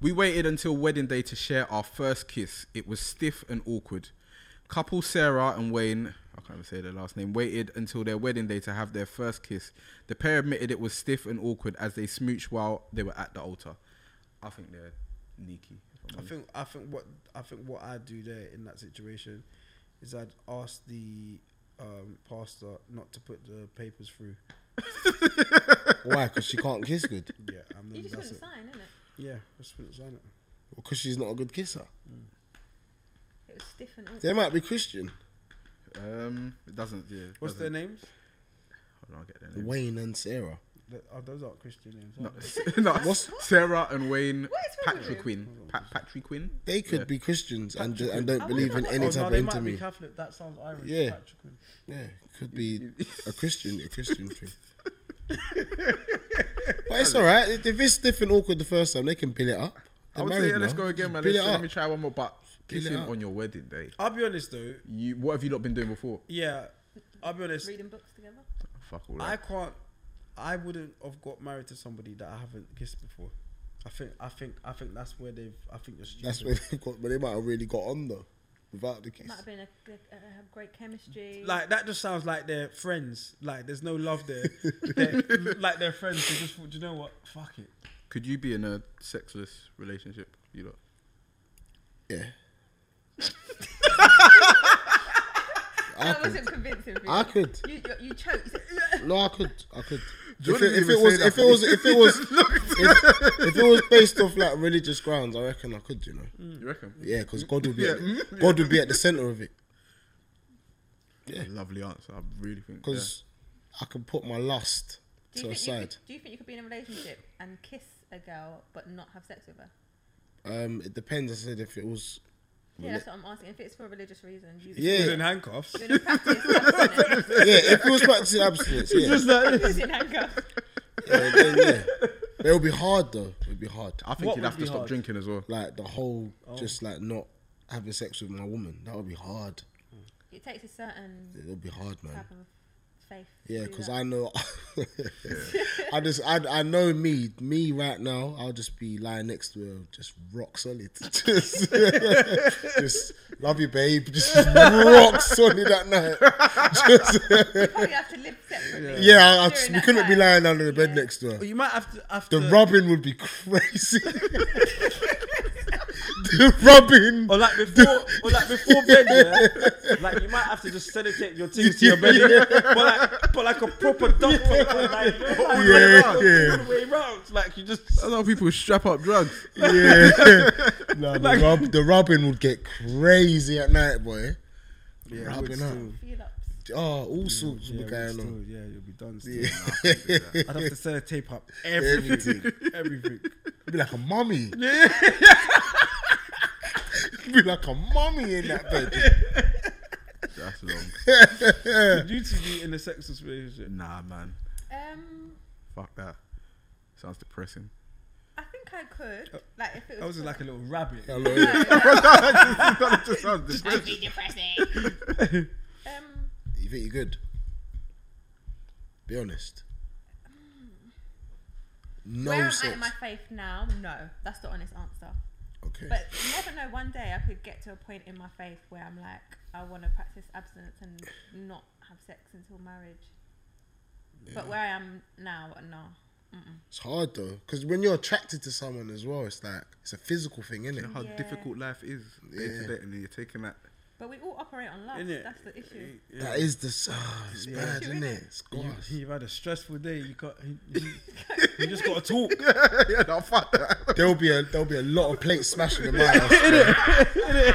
S3: we waited until wedding day to share our first kiss. It was stiff and awkward. Couple Sarah and Wayne, I can't even say their last name, waited until their wedding day to have their first kiss. The pair admitted it was stiff and awkward as they smooched while they were at the altar. I think they're sneaky. if I'm
S1: I
S3: honest.
S1: think I think what I think what I do there in that situation is I'd ask the um, pastor not to put the papers through.
S2: Why? Because she can't kiss good.
S1: Yeah, and
S4: You
S1: then
S4: just
S1: that's
S4: wouldn't
S1: it.
S4: sign, innit?
S1: Yeah, just wouldn't sign it.
S2: Because she's not a good kisser.
S4: It was stiff and awkward.
S2: They might be Christian.
S3: Um, it doesn't. Yeah. it
S1: What's
S3: doesn't,
S1: their names?
S3: Hold on, I'll get their name.
S2: Wayne and Sarah.
S1: Th- oh, those aren't Christian names.
S3: No,
S1: are
S3: S- no,
S2: What's-
S3: Sarah and Wayne
S4: What is wrong with
S3: Patrick
S4: you?
S3: Quinn. Pa- Patrick Quinn.
S2: They could
S3: Yeah.
S2: be Christians and and don't
S4: I
S2: believe in
S4: wonder
S1: they?
S2: any
S1: Oh, no,
S2: type
S1: they
S2: of
S1: might be
S2: infamy.
S1: Catholic. That sounds Irish.
S2: Yeah.
S1: Patrick Quinn.
S2: Yeah, could be a Christian, a Christian thing. but it's all right. If if it's stiff and awkward the first time, they can peel it up.
S3: I
S2: They're
S3: would say
S2: married
S3: yeah, let's
S2: now.
S3: go again, man.
S2: Peel
S3: Let's,
S2: it
S3: let
S2: up.
S3: me try one more. But
S2: Peel it
S3: kissing
S2: up.
S3: on your wedding day.
S1: I'll be honest though.
S3: You, what have you not been doing before?
S1: Yeah, I'll be honest.
S4: Reading books together.
S3: Fuck all
S1: I
S3: that.
S1: can't. I wouldn't have got married to somebody that I haven't kissed before. I think. I think. I think that's where they've. I think you're stupid.
S2: That's where they got, but they might have really got on though, without the
S4: It
S2: kiss.
S4: might have been a, a, a a great chemistry.
S1: Like that just sounds like they're friends. Like there's no love there. They're- like they're friends. They just thought, "Do you know what? Fuck it.
S3: Could you be in a sexless relationship? You know.
S2: Yeah.
S4: that wasn't convincing. For you.
S2: I could.
S4: You, you, you choked.
S2: No, I could. I could. If
S3: Jordan
S2: it, if
S3: didn't
S2: it
S3: even
S2: was,
S3: say
S2: if
S3: that.
S2: it was, if it was, if, if it was based off like religious grounds, I reckon I could. You
S4: Mm.
S2: know,
S3: You reckon?
S2: yeah, because God will be, at,
S3: Yeah.
S2: the- God will be at the center of it.
S3: Lovely answer. I really think.
S2: Because I can put my lust
S4: Do
S2: to
S4: you,
S2: a
S4: think you could,
S2: side.
S4: do you think you could be in a relationship and kiss a girl but not have sex with her?
S2: Um, it depends. I said if it was,
S4: Yeah, that's what I'm asking. If it's for a religious reason, you
S1: He's
S2: yeah,
S1: in handcuffs.
S4: you're gonna practice abstinence.
S2: yeah. If it was practicing abstinence, yeah,
S1: Just like this.
S4: Who's in handcuffs?
S2: yeah, then, yeah. But it would be hard though. It would be hard.
S3: yeah. I think
S1: What
S3: you'd
S1: would
S3: have to
S1: be
S3: stop
S1: hard?
S3: drinking as well.
S2: Like the whole, just like not having sex with my woman. That would be hard.
S4: It takes a certain
S2: It would be hard, man.
S4: type of faith. to
S2: Yeah,
S4: do
S2: because
S4: that.
S2: I know, I just I, I know me me right now. I'll just be lying next to her, just rock solid, just just love you, babe, just rock solid that night.
S4: you probably have to live separately.
S2: Yeah, I, I
S4: During
S2: just- we
S4: that
S2: couldn't be
S4: time.
S2: lying under the bed
S4: Yeah.
S2: next to her.
S1: But you might have to. Have
S2: The
S1: to
S2: rubbing would be crazy. the rubbing.
S1: Or like before, or like before bed, yeah. Like you might have to just sellotape your things to your bed, yeah. but like, but like a proper duct tape, like, you know, like all the way
S2: Yeah,
S1: round,
S2: yeah.
S1: all the way round. Like you just,
S3: A lot of people strap up drugs.
S2: Yeah. Nah, the, rub, the rubbing would get crazy at night, boy.
S1: yeah,
S2: Rubbing
S1: would
S2: up.
S1: still-
S4: Feel up.
S2: Oh, all sorts
S1: yeah,
S2: would be
S1: would
S2: going on.
S1: still- yeah, you'll be done. Still. I'd have to sellotape up everything, everything.
S2: It'd be like a mummy. It'd be like a mummy in that bed.
S3: That's long.
S1: Would you two be in a sexless relationship?
S3: nah, man.
S4: Um,
S3: Fuck that. Sounds depressing.
S4: I think I could. Like if it
S1: Oh, That was
S4: was.
S1: just like a little rabbit.
S2: Hello.
S3: That just sounds depressing.
S4: I'd be depressing. um,
S2: You think you're good? Be honest. No
S4: where
S2: sex.
S4: I'm at in my faith now, no, that's the honest answer.
S2: okay.
S4: But you never know. One day I could get to a point in my faith where I'm like, I want to practice abstinence and not have sex until marriage. But where I am now, no.
S2: It's hard though, because when you're attracted to someone as well, it's like it's a physical thing, innit?
S3: You know how
S4: Yeah.
S3: difficult life is day to
S2: Yeah.
S3: day, and then you're taking that.
S4: But we all operate on love.
S1: Innit?
S4: That's the issue.
S2: That is the. s- ah, it's bad,
S4: Issue,
S2: isn't
S4: innit?
S2: it? It's
S1: You,
S2: gross.
S1: you've had a stressful day. You got, you, you- you just got to talk.
S3: yeah, no, fuck that.
S2: There'll be a there'll be a lot of plates smashing in my house.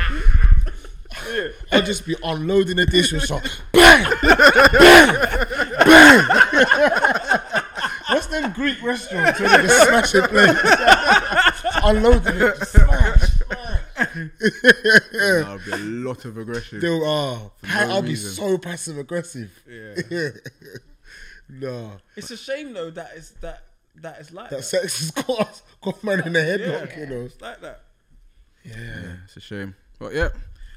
S2: I'll just be unloading the dish with some bang, bang, bang. What's them Greek restaurants where they just smash a plate? unloading it, just smash.
S3: That would be a lot of aggression.
S2: They'll, oh,
S3: no
S2: I'll be
S3: reason.
S2: so passive aggressive. Yeah. no,
S1: It's a shame though that it's that that it's like
S2: that sex has got us- got man in the headlock, you know.
S1: It's like that.
S3: yeah, it's a shame. But yeah,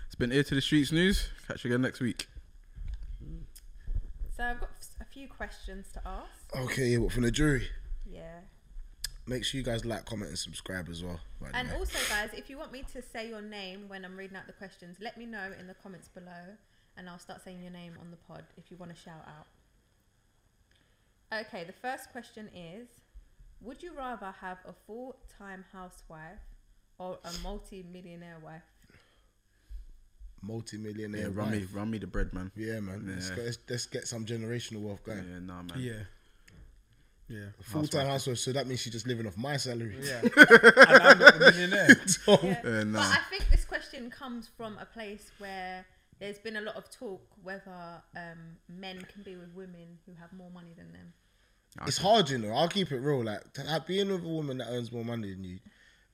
S3: it's been ear to the streets news. Catch you again next week.
S4: So I've got s- a few questions to ask.
S2: Okay, yeah, but from the jury.
S4: Yeah.
S2: Make sure you guys like, comment, and subscribe as well. by the
S4: And
S2: way.
S4: also, guys, if you want me to say your name when I'm reading out the questions, let me know in the comments below, and I'll start saying your name on the pod if you want to shout out. Okay, the first question is Would you rather have a full time housewife or a multi millionaire wife?
S2: multi-millionaire.
S3: Yeah,
S2: wife.
S3: run me, run me the bread, man.
S2: Yeah, man. Let's,
S3: Yeah.
S2: go, let's, let's get some generational wealth going.
S3: Yeah, nah, man.
S1: Yeah, yeah.
S2: Full time housewife, so that means she's just living off my salary.
S1: Yeah. and I'm not a millionaire.
S4: Yeah.
S3: Uh, nah.
S4: But I think this question comes from a place where there's been a lot of talk whether um, men can be with women who have more money than them.
S2: It's hard, you know. I'll keep it real. Like, to, like being with a woman that earns more money than you.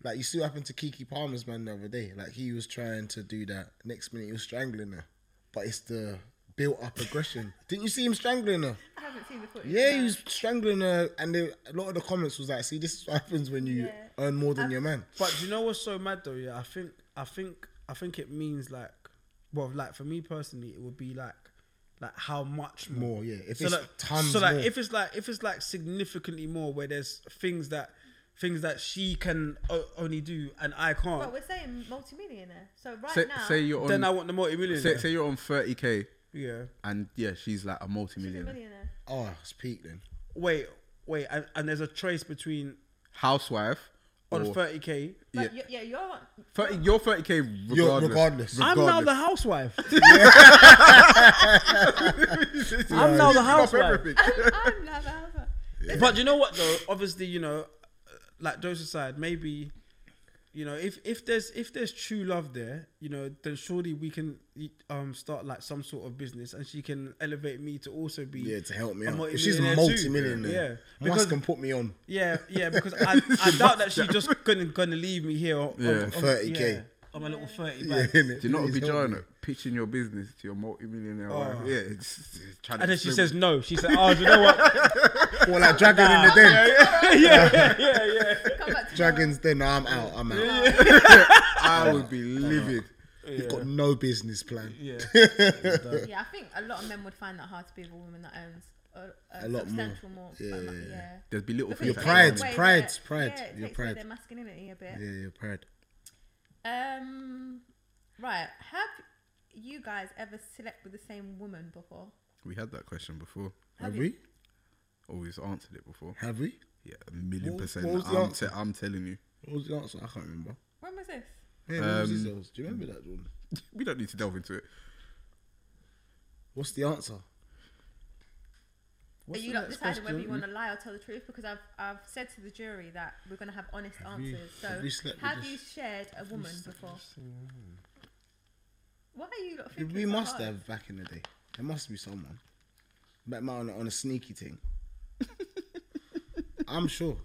S2: Like you see what happened to Kiki Palmer's man the other day. Like he was trying to do that. Next minute he was strangling her. But it's the built up aggression. Didn't you see him strangling her?
S4: I haven't seen the footage.
S2: Yeah, he
S4: no.
S2: was strangling her and then a lot of the comments was like, see this is what happens when you
S4: Yeah.
S2: earn more than your man.
S1: But do you know what's so mad though? Yeah, I think I think I think it means like, well, like for me personally, it would be like, like how much more.
S2: More, yeah. If
S1: so
S2: it's
S1: like,
S2: tons
S1: so like
S2: more.
S1: if it's like if it's like significantly more, where there's things that things that she can o- only do and I
S4: But
S1: can't,
S4: we're saying multimillionaire. So right
S3: say,
S4: now,
S3: say you're on.
S1: then I want the multi-millionaire.
S3: say, say you're on 30k,
S1: yeah.
S3: and yeah, she's like a
S4: she's a
S3: multi-millionaire
S4: millionaire.
S2: Oh, it's peak then.
S1: Wait, wait, and, and there's a choice between
S3: housewife
S1: on
S3: Or-
S1: 30k.
S4: But yeah. yeah, you're.
S3: 30, you're 30k regardless.
S2: You're- regardless.
S1: I'm now the
S3: Regardless.
S1: housewife. I'm now the
S3: Stop
S1: housewife.
S3: everything.
S4: I'm not that.
S1: But you know what though? Obviously, you know, uh, like those aside, maybe, you know, if if there's if there's true love there, you know, then surely we can um start like some sort of business, and she can elevate me to also be
S2: Yeah, to help me
S1: a
S2: out. If she's
S1: multimillionaire too.
S2: multi-millionaire,
S1: yeah,
S2: Musk
S1: because,
S2: can put me on.
S1: yeah, yeah, because I, I doubt that she's just gonna gonna leave me here on,
S3: Yeah.
S1: on, on
S2: 30K.
S1: yeah, on my little thirty.
S2: Yeah,
S1: bag.
S2: innit?
S3: Do you know what
S2: Please
S3: would be
S2: help
S3: jarring?
S2: me.
S3: Pitching your business to your multi-millionaire wife. Yeah, it's, it's
S1: And
S3: trying to
S1: then she says no. She said, "Oh, do you know what?
S2: Or like dragon in the den.
S1: yeah, yeah, yeah, yeah."
S4: Come back to
S2: Dragon's den. Nah, I'm out. I'm out.
S3: I would be livid.
S2: You've got no business plan.
S1: yeah.
S4: tomorrow. Yeah, I think a lot of men would find that hard to be with a woman that owns a, a,
S2: lot more.
S4: substantial more.
S2: Yeah,
S4: amount-
S2: yeah, yeah.
S3: There'd be little
S4: Because
S3: things.
S4: it
S3: like
S2: pride,
S4: takes
S3: that.
S4: away
S2: pride,
S4: their-
S2: pride,
S4: Yeah, it
S2: your
S4: takes away
S2: pride.
S4: their masculinity a bit.
S2: Yeah, yeah, pride.
S4: Um, right. Have you guys ever slept with the same woman before?
S3: We had that question before.
S2: Have
S4: you?
S2: we?
S3: Always answered it before.
S2: Have we?
S3: Yeah, a million
S2: What-
S3: percent.
S2: what was the
S3: I'm,
S2: answer?
S3: te- I'm telling you.
S2: What was the answer? I can't remember.
S4: When was this?
S2: Yeah, what was
S3: Um,
S2: his answer? Do you remember that, Jordan?
S3: We don't need to delve into it.
S2: What's the answer?
S4: Are you not deciding whether you want to lie or tell the truth? Because I've I've said to the jury that we're going to have honest
S2: you-
S4: answers. So
S2: have you slept with
S4: have
S2: this-
S4: you shared a woman before? Why are you not thinking?
S2: We
S4: so
S2: must
S4: hard?
S2: have back in the day. There must be someone. Met man on, a- on a sneaky thing. I'm sure.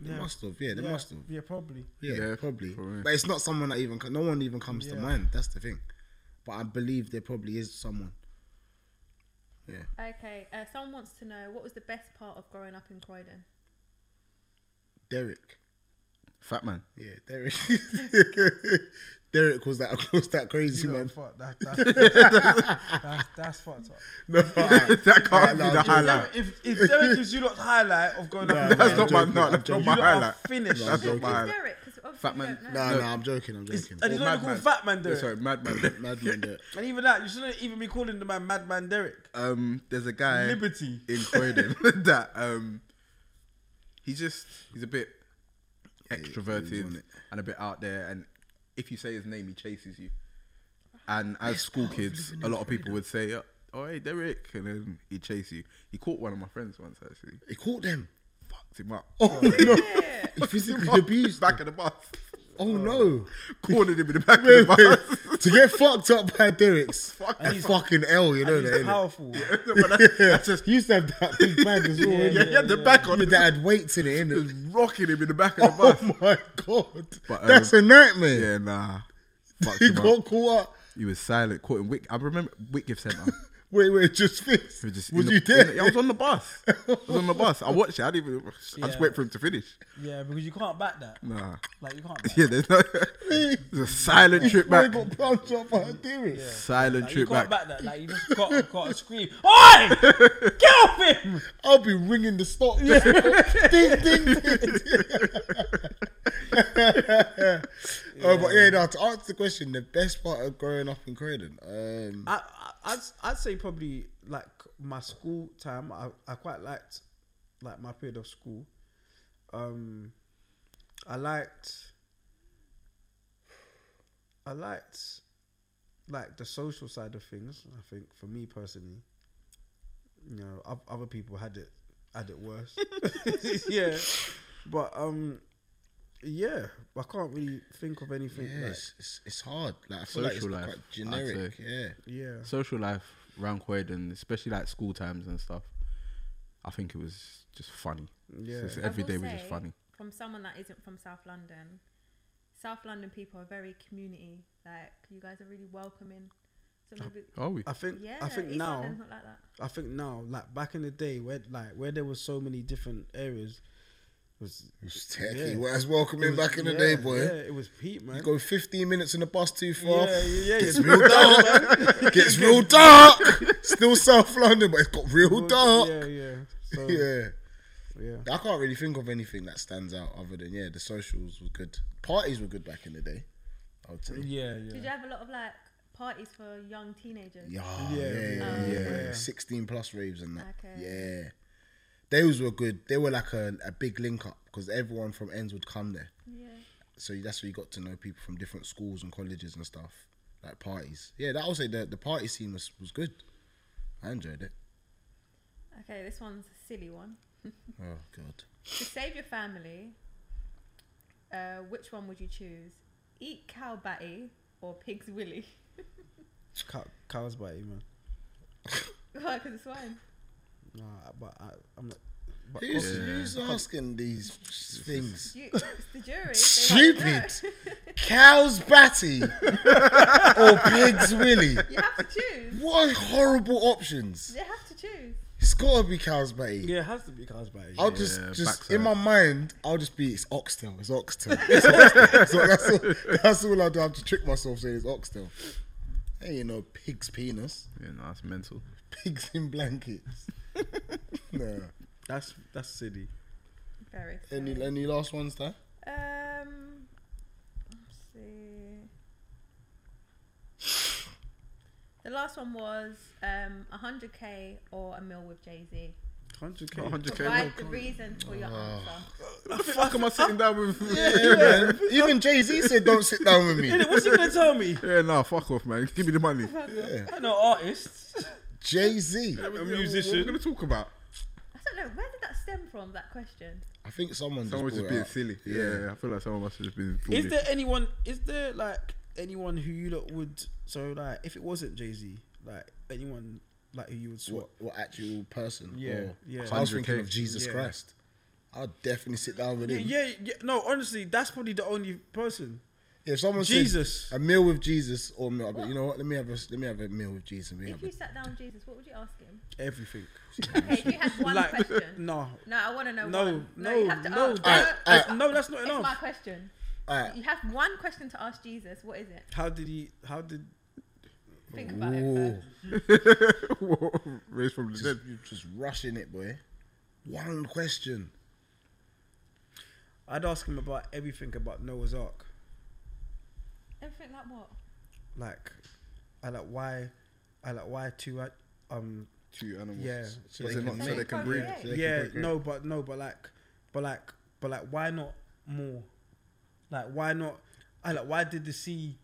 S2: They
S1: Yeah.
S2: must have. Yeah, they
S1: yeah,
S2: must have.
S1: Yeah, probably.
S2: Yeah,
S3: Yeah,
S2: probably.
S3: probably.
S2: But it's not someone that even co- no one even comes to
S1: Yeah.
S2: mind. That's the thing. But I believe there probably is someone. Yeah.
S4: Okay. Uh, someone wants to know what was the best part of growing up in Croydon.
S2: Derek.
S3: Fat man.
S2: Yeah, Derek. Derek was that was that crazy man.
S1: Fuck, that, that's, that's, that's fucked up.
S2: No, alright.
S3: That can't
S2: Alright,
S3: be
S2: no,
S3: the
S2: I'm joking.
S3: highlight.
S1: Derek, if if Derek gives you lot highlight of going
S2: Nah,
S1: up,
S2: nah,
S1: and
S3: That's
S2: I'm
S1: down,
S3: not my-
S2: joking, I'm joking.
S3: no, that's not my
S1: you lot are
S3: highlight.
S1: finished.
S2: No, I'm
S4: Who's
S2: joking.
S3: my highlight.
S4: Derek? Because obviously
S3: Fat
S4: we
S3: man.
S4: don't know.
S2: Nah, nah, I'm joking. I'm joking.
S1: and he's not even
S3: Madman.
S1: called Fat Man
S3: Yeah,
S1: Derek.
S3: sorry, madman.
S2: Madman Derek.
S1: And even that, you shouldn't even be calling the man Madman Derek.
S3: um, there's a guy
S1: Liberty.
S3: in Croydon that um, he's just he's a bit
S2: he's
S3: extroverted
S2: on it.
S3: and a bit out there, and if you say his name, he chases you. And as
S2: oh,
S3: school kids, a lot of people would say, "Oh, "Oh, hey, Derek," and then he'd chase you. He caught one of my friends once actually,
S2: He caught them.
S3: fucked him up.
S2: Oh no!
S4: Yeah.
S2: He
S3: Fucked him
S2: physically
S3: up.
S2: abused.
S3: back of the bus,
S2: Oh no!
S3: cornered him in the back of the bus.
S2: to get fucked up by Derek's
S3: Fuck.
S2: a fucking L, you know
S1: And
S2: that.
S1: he's
S2: innit?
S1: powerful.
S3: But that's- that's just
S2: He used to have that big bag as well.
S1: Yeah,
S2: innit?
S3: yeah, he had the back on.
S2: With that had weights in it,
S3: Just
S2: innit?
S3: rocking him in the back of the bus.
S2: Oh my god!
S3: But, um,
S2: That's a nightmare.
S3: Yeah, nah. Fucked
S2: he
S3: him up.
S2: got caught up.
S3: He was silent, caught in Wick. I remember Wickgift Centre.
S2: Wait, wait, just this.
S3: We just in
S2: was
S3: the-
S2: you
S3: in
S2: there?
S3: the- I was on the bus. I was on the bus. I watched it. I didn't even. I
S1: Yeah.
S3: just wait for him to finish.
S1: Yeah, because you can't back that.
S3: Nah.
S1: Like you can't. Back.
S3: Yeah, there's no. It's a silent trip
S2: Where he
S1: Oh
S3: back.
S2: got plunged up by Derek?
S3: Silent
S1: Like, you
S3: trip
S1: can't
S3: back.
S1: back that. Like you just got got to scream. Oi! Get off him!
S2: I'll be ringing the stop. ding, ding, ding. Oh, but yeah, now to answer the question, the best part of growing up in Croydon, um,
S1: I, I I'd, I'd say probably like my school time. I, I quite liked like my period of school. Um, I liked I liked like the social side of things. I think for me personally, you know, oth- other people had it had it worse. yeah, but um, yeah, I can't really think of anything.
S2: yeah,
S1: Like,
S2: it's, it's, it's hard. Like I feel like it's
S3: Social life,
S2: quite generic.
S3: I'd say.
S2: Yeah,
S1: yeah.
S3: Social life around Croydon, especially like school times and stuff. I think it was just funny.
S1: Yeah.
S3: Just
S1: I
S3: every
S4: I
S3: day
S4: will
S3: was just
S4: say,
S3: funny.
S4: From someone that isn't from South London, South London people are very community. Like you guys are really welcoming. So maybe
S3: Are Oh, we?
S1: I think
S4: yeah,
S1: I think
S4: East
S1: now.
S4: London's not like that.
S1: I think now, like back in the day, where like where there was so many different areas, was
S2: it's technically
S1: Yeah.
S2: yeah. as welcoming
S1: it was-
S2: back in the
S1: yeah,
S2: day, boy.
S1: Yeah, it was Pete, man.
S2: You go 15 minutes in the bus too
S1: yeah,
S2: far.
S1: yeah, yeah.
S2: Gets
S1: yeah.
S2: real dark. Gets real dark. Still South London, but it's got real dark.
S1: Yeah, yeah. So, yeah,
S2: Yeah.
S1: yeah.
S2: I can't really think of anything that stands out other than yeah, the socials were good. Parties were good back in the day. I would say.
S1: Yeah,
S4: Did you
S1: yeah.
S4: have a lot of like parties for young teenagers?
S2: Yeah,
S1: Yeah,
S2: yeah, yeah,
S1: yeah,
S2: yeah,
S1: yeah.
S2: Sixteen plus raves and that.
S4: Okay.
S2: Yeah, Those were good. They were like a, a big link up because everyone from ends would come there.
S4: Yeah.
S2: So that's where you got to know people from different schools and colleges and stuff, like parties. Yeah, that also the the party scene was was good. I enjoyed it.
S4: Okay, this one's a silly one.
S2: Oh god.
S4: To save your family, uh, which one would you choose? Eat cow batty or pig's willy?
S5: Cow, cows bite you, man.
S4: Because it's swine.
S5: Nah, but I, I'm not. But
S2: Who's,
S5: obviously-
S2: who's asking these things?
S4: You, it's the jury. they won't know.
S2: Stupid. Cows batty or pigs willy.
S4: you have to choose.
S2: What horrible options.
S4: You have to choose.
S2: It's gotta be cows batty.
S5: Yeah, it has to be cows bite you.
S2: I'll just,
S3: Yeah,
S2: just
S3: backside.
S2: in my mind, I'll just be it's oxtail, it's oxtail. It's oxtail. so that's all, that's all I do. I have to trick myself saying it's oxtail. Hey, you know, pig's penis,
S3: Yeah, no, that's mental.
S2: pigs in blankets. no,
S5: That's that's silly.
S4: Very.
S2: any
S4: silly.
S2: any last ones there?
S4: Um, let's see. The last one was um, 100k or a meal with Jay Z.
S5: 100k.
S3: 100k.
S4: Provide the reason for your answer.
S3: the fuck am I sitting down with? Yeah,
S2: Even Jay Z said, "Don't sit down with me."
S5: Innit, What's he gonna tell me?
S3: nah, fuck off, man. Give me the money.
S5: I know artists.
S2: Jay Z.
S3: a
S5: musician.
S3: What are we gonna talk about?
S4: I don't know where did that stem from. That question.
S2: I think someone
S3: Someone
S2: just brought
S3: just being
S2: it up.
S3: silly. Yeah. I feel like someone must have just been.
S5: Is
S3: foolish.
S5: there anyone? Is there like anyone who you lot would? So like, if it wasn't Jay Z, like anyone like who you would swap?
S2: What, what actual person?
S5: Yeah,
S2: or-
S5: yeah.
S2: 'cause I was thinking
S3: 100K.
S2: of Jesus
S5: Yeah.
S2: Christ. I'll definitely sit down with
S5: Yeah,
S2: him.
S5: yeah, yeah, no. Honestly, that's probably the only person.
S2: If someone
S5: Jesus.
S2: said a meal with Jesus or meal, but you know what? Let me have a let me have a meal with Jesus. Let me have
S4: If you
S2: a,
S4: sat down with Jesus, what would you ask him?
S5: Everything.
S4: Okay, if you had one
S5: like,
S4: question.
S5: no,
S4: No, I want to know.
S5: no,
S4: one.
S5: no,
S4: you have to
S5: no.
S4: ask-
S5: that-
S2: Alright, alright.
S5: no, that's not
S4: It's my
S5: enough.
S4: question.
S2: all right.
S4: You have one question to ask Jesus. What is it?
S5: How did he? How did?
S4: Think about it
S2: Ooh.
S4: first.
S3: Raised from the
S2: Just,
S3: dead.
S2: you're just rushing it, boy. One question.
S5: I'd ask him about everything about Noah's Ark.
S4: Everything like what?
S5: Like, I like why, I like why two. I, um,
S3: Two animals.
S5: Yeah.
S2: So
S3: Was
S2: they can
S3: it not so
S2: mate.
S3: they can breed?
S4: Yeah.
S2: So they can
S5: yeah,
S2: procreate.
S5: no, but no, but like, but like, but like, why not more? Like, why not? I like, why did the sea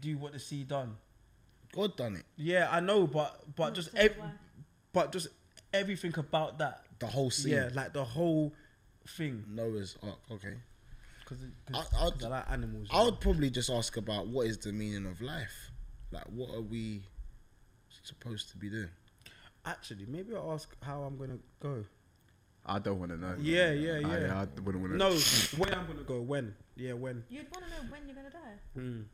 S5: do what the sea done?
S2: God done it.
S5: Yeah, I know, but but
S4: Mm,
S5: just
S4: so
S5: ev-
S4: why?
S5: but just everything about that.
S2: The whole scene.
S5: Yeah, like the whole thing
S2: Noah's Ark. Okay.
S5: because
S2: I- I'll-
S5: I like animals.
S2: I would probably just ask about what is the meaning of life? Like, what are we supposed to be doing?
S5: Actually, maybe I'll ask how I'm gonna go.
S3: I don't want to know.
S5: Yeah, yeah, yeah.
S3: I, I wouldn't want to.
S5: No, when I'm gonna go? When? Yeah, when?
S4: You'd want to know when you're gonna die.
S5: Mm.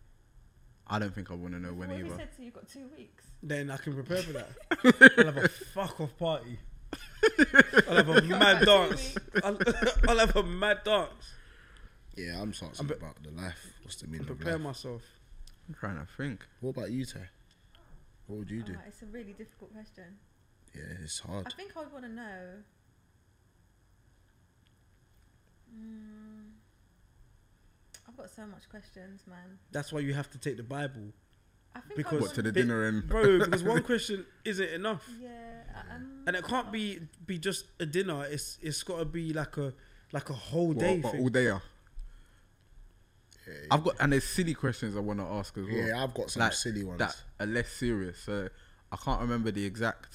S3: I don't think I want to know when
S4: what if he
S3: either.
S4: said to you, "You've got two weeks"?
S5: Then I can prepare for that. I'll have a fuck off party. I'll have a mad dance. I'll, I'll have a mad dance.
S2: Yeah, I'm
S5: I'm
S2: talking
S5: pre-
S2: about the life. What's the
S5: And
S2: meaning of
S5: prepare
S2: life?
S5: myself.
S3: I'm trying to think.
S2: What about you, Ty? What would you do?
S4: Alright, it's a really difficult question.
S2: Yeah, it's
S4: I
S2: hard.
S4: think I'd want to know. Mm, I've got so much questions, man.
S5: That's why you have to take the Bible,
S4: I think
S5: Because-
S4: I
S3: What
S4: want,
S3: to the
S5: Bit-
S3: dinner and
S5: bro. Because one question isn't enough,
S4: yeah, I- um,
S5: and it can't be be just a dinner. It's it's got to be like a like a whole
S3: Well,
S5: day
S3: but
S5: thing.
S3: all day. are. I've got and there's silly questions I want to ask as well.
S2: Yeah, I've got some
S3: Like,
S2: silly ones.
S3: that are less serious. So I can't remember the exact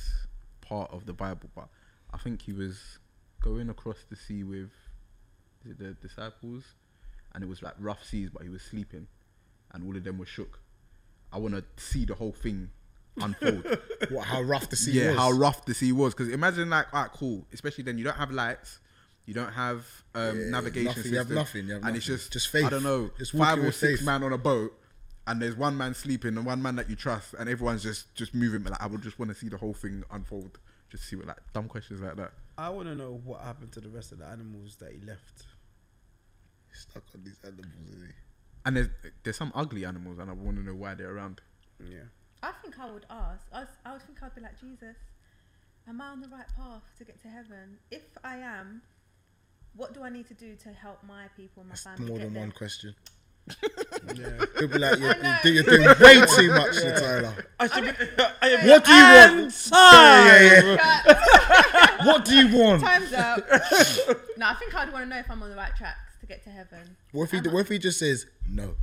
S3: part of the Bible, but I think he was going across the sea with is it the disciples, and it was like rough seas, but he was sleeping, and all of them were shook. I want to see the whole thing unfold.
S2: What? How rough the sea
S3: yeah,
S2: was.
S3: how rough the sea was. Because imagine like, alright, cool. Especially then, you don't have lights, you don't have um,
S2: Yeah,
S3: navigation
S2: nothing,
S3: system.
S2: you have nothing, you have
S3: and it's
S2: nothing.
S3: just,
S2: Just
S3: I
S2: faith.
S3: don't know,
S2: Just
S3: five
S2: walking
S3: or
S2: with
S3: six
S2: faith.
S3: man on a boat, and there's one man sleeping and one man that you trust, and everyone's just just moving. But like, I would just want to see the whole thing unfold. Just see what like dumb questions like that.
S5: I want to know what happened to the rest of the animals that he left.
S2: Stuck on these animals, isn't he?
S3: And there's there's some ugly animals, and I want to know why they're around.
S5: Yeah.
S4: I think I would ask. I, s- I would think I'd be like Jesus. Am I on the right path to get to heaven? If I am, what do I need to do to help my people, my
S2: That's
S4: family
S2: more
S4: get
S2: than
S4: there?
S2: one question.
S5: Yeah.
S2: He'll be like, you're,
S4: know.
S2: you're, you're doing way too much, Tyler.
S5: I should be, I am
S2: What do you want?
S5: Sorry.
S2: Yeah, yeah. What do you want?
S4: Time's up. no, I think I'd want to know if I'm on the right tracks to get to heaven.
S2: What if he? What if he just says no?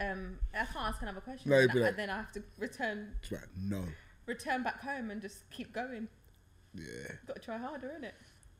S4: Um, I can't ask another question.
S2: No,
S4: then,
S2: you'd be
S4: I-
S2: like-
S4: then I have to return,
S2: It's like no.
S4: return back home and just keep going.
S2: Yeah.
S4: Got to try harder, innit?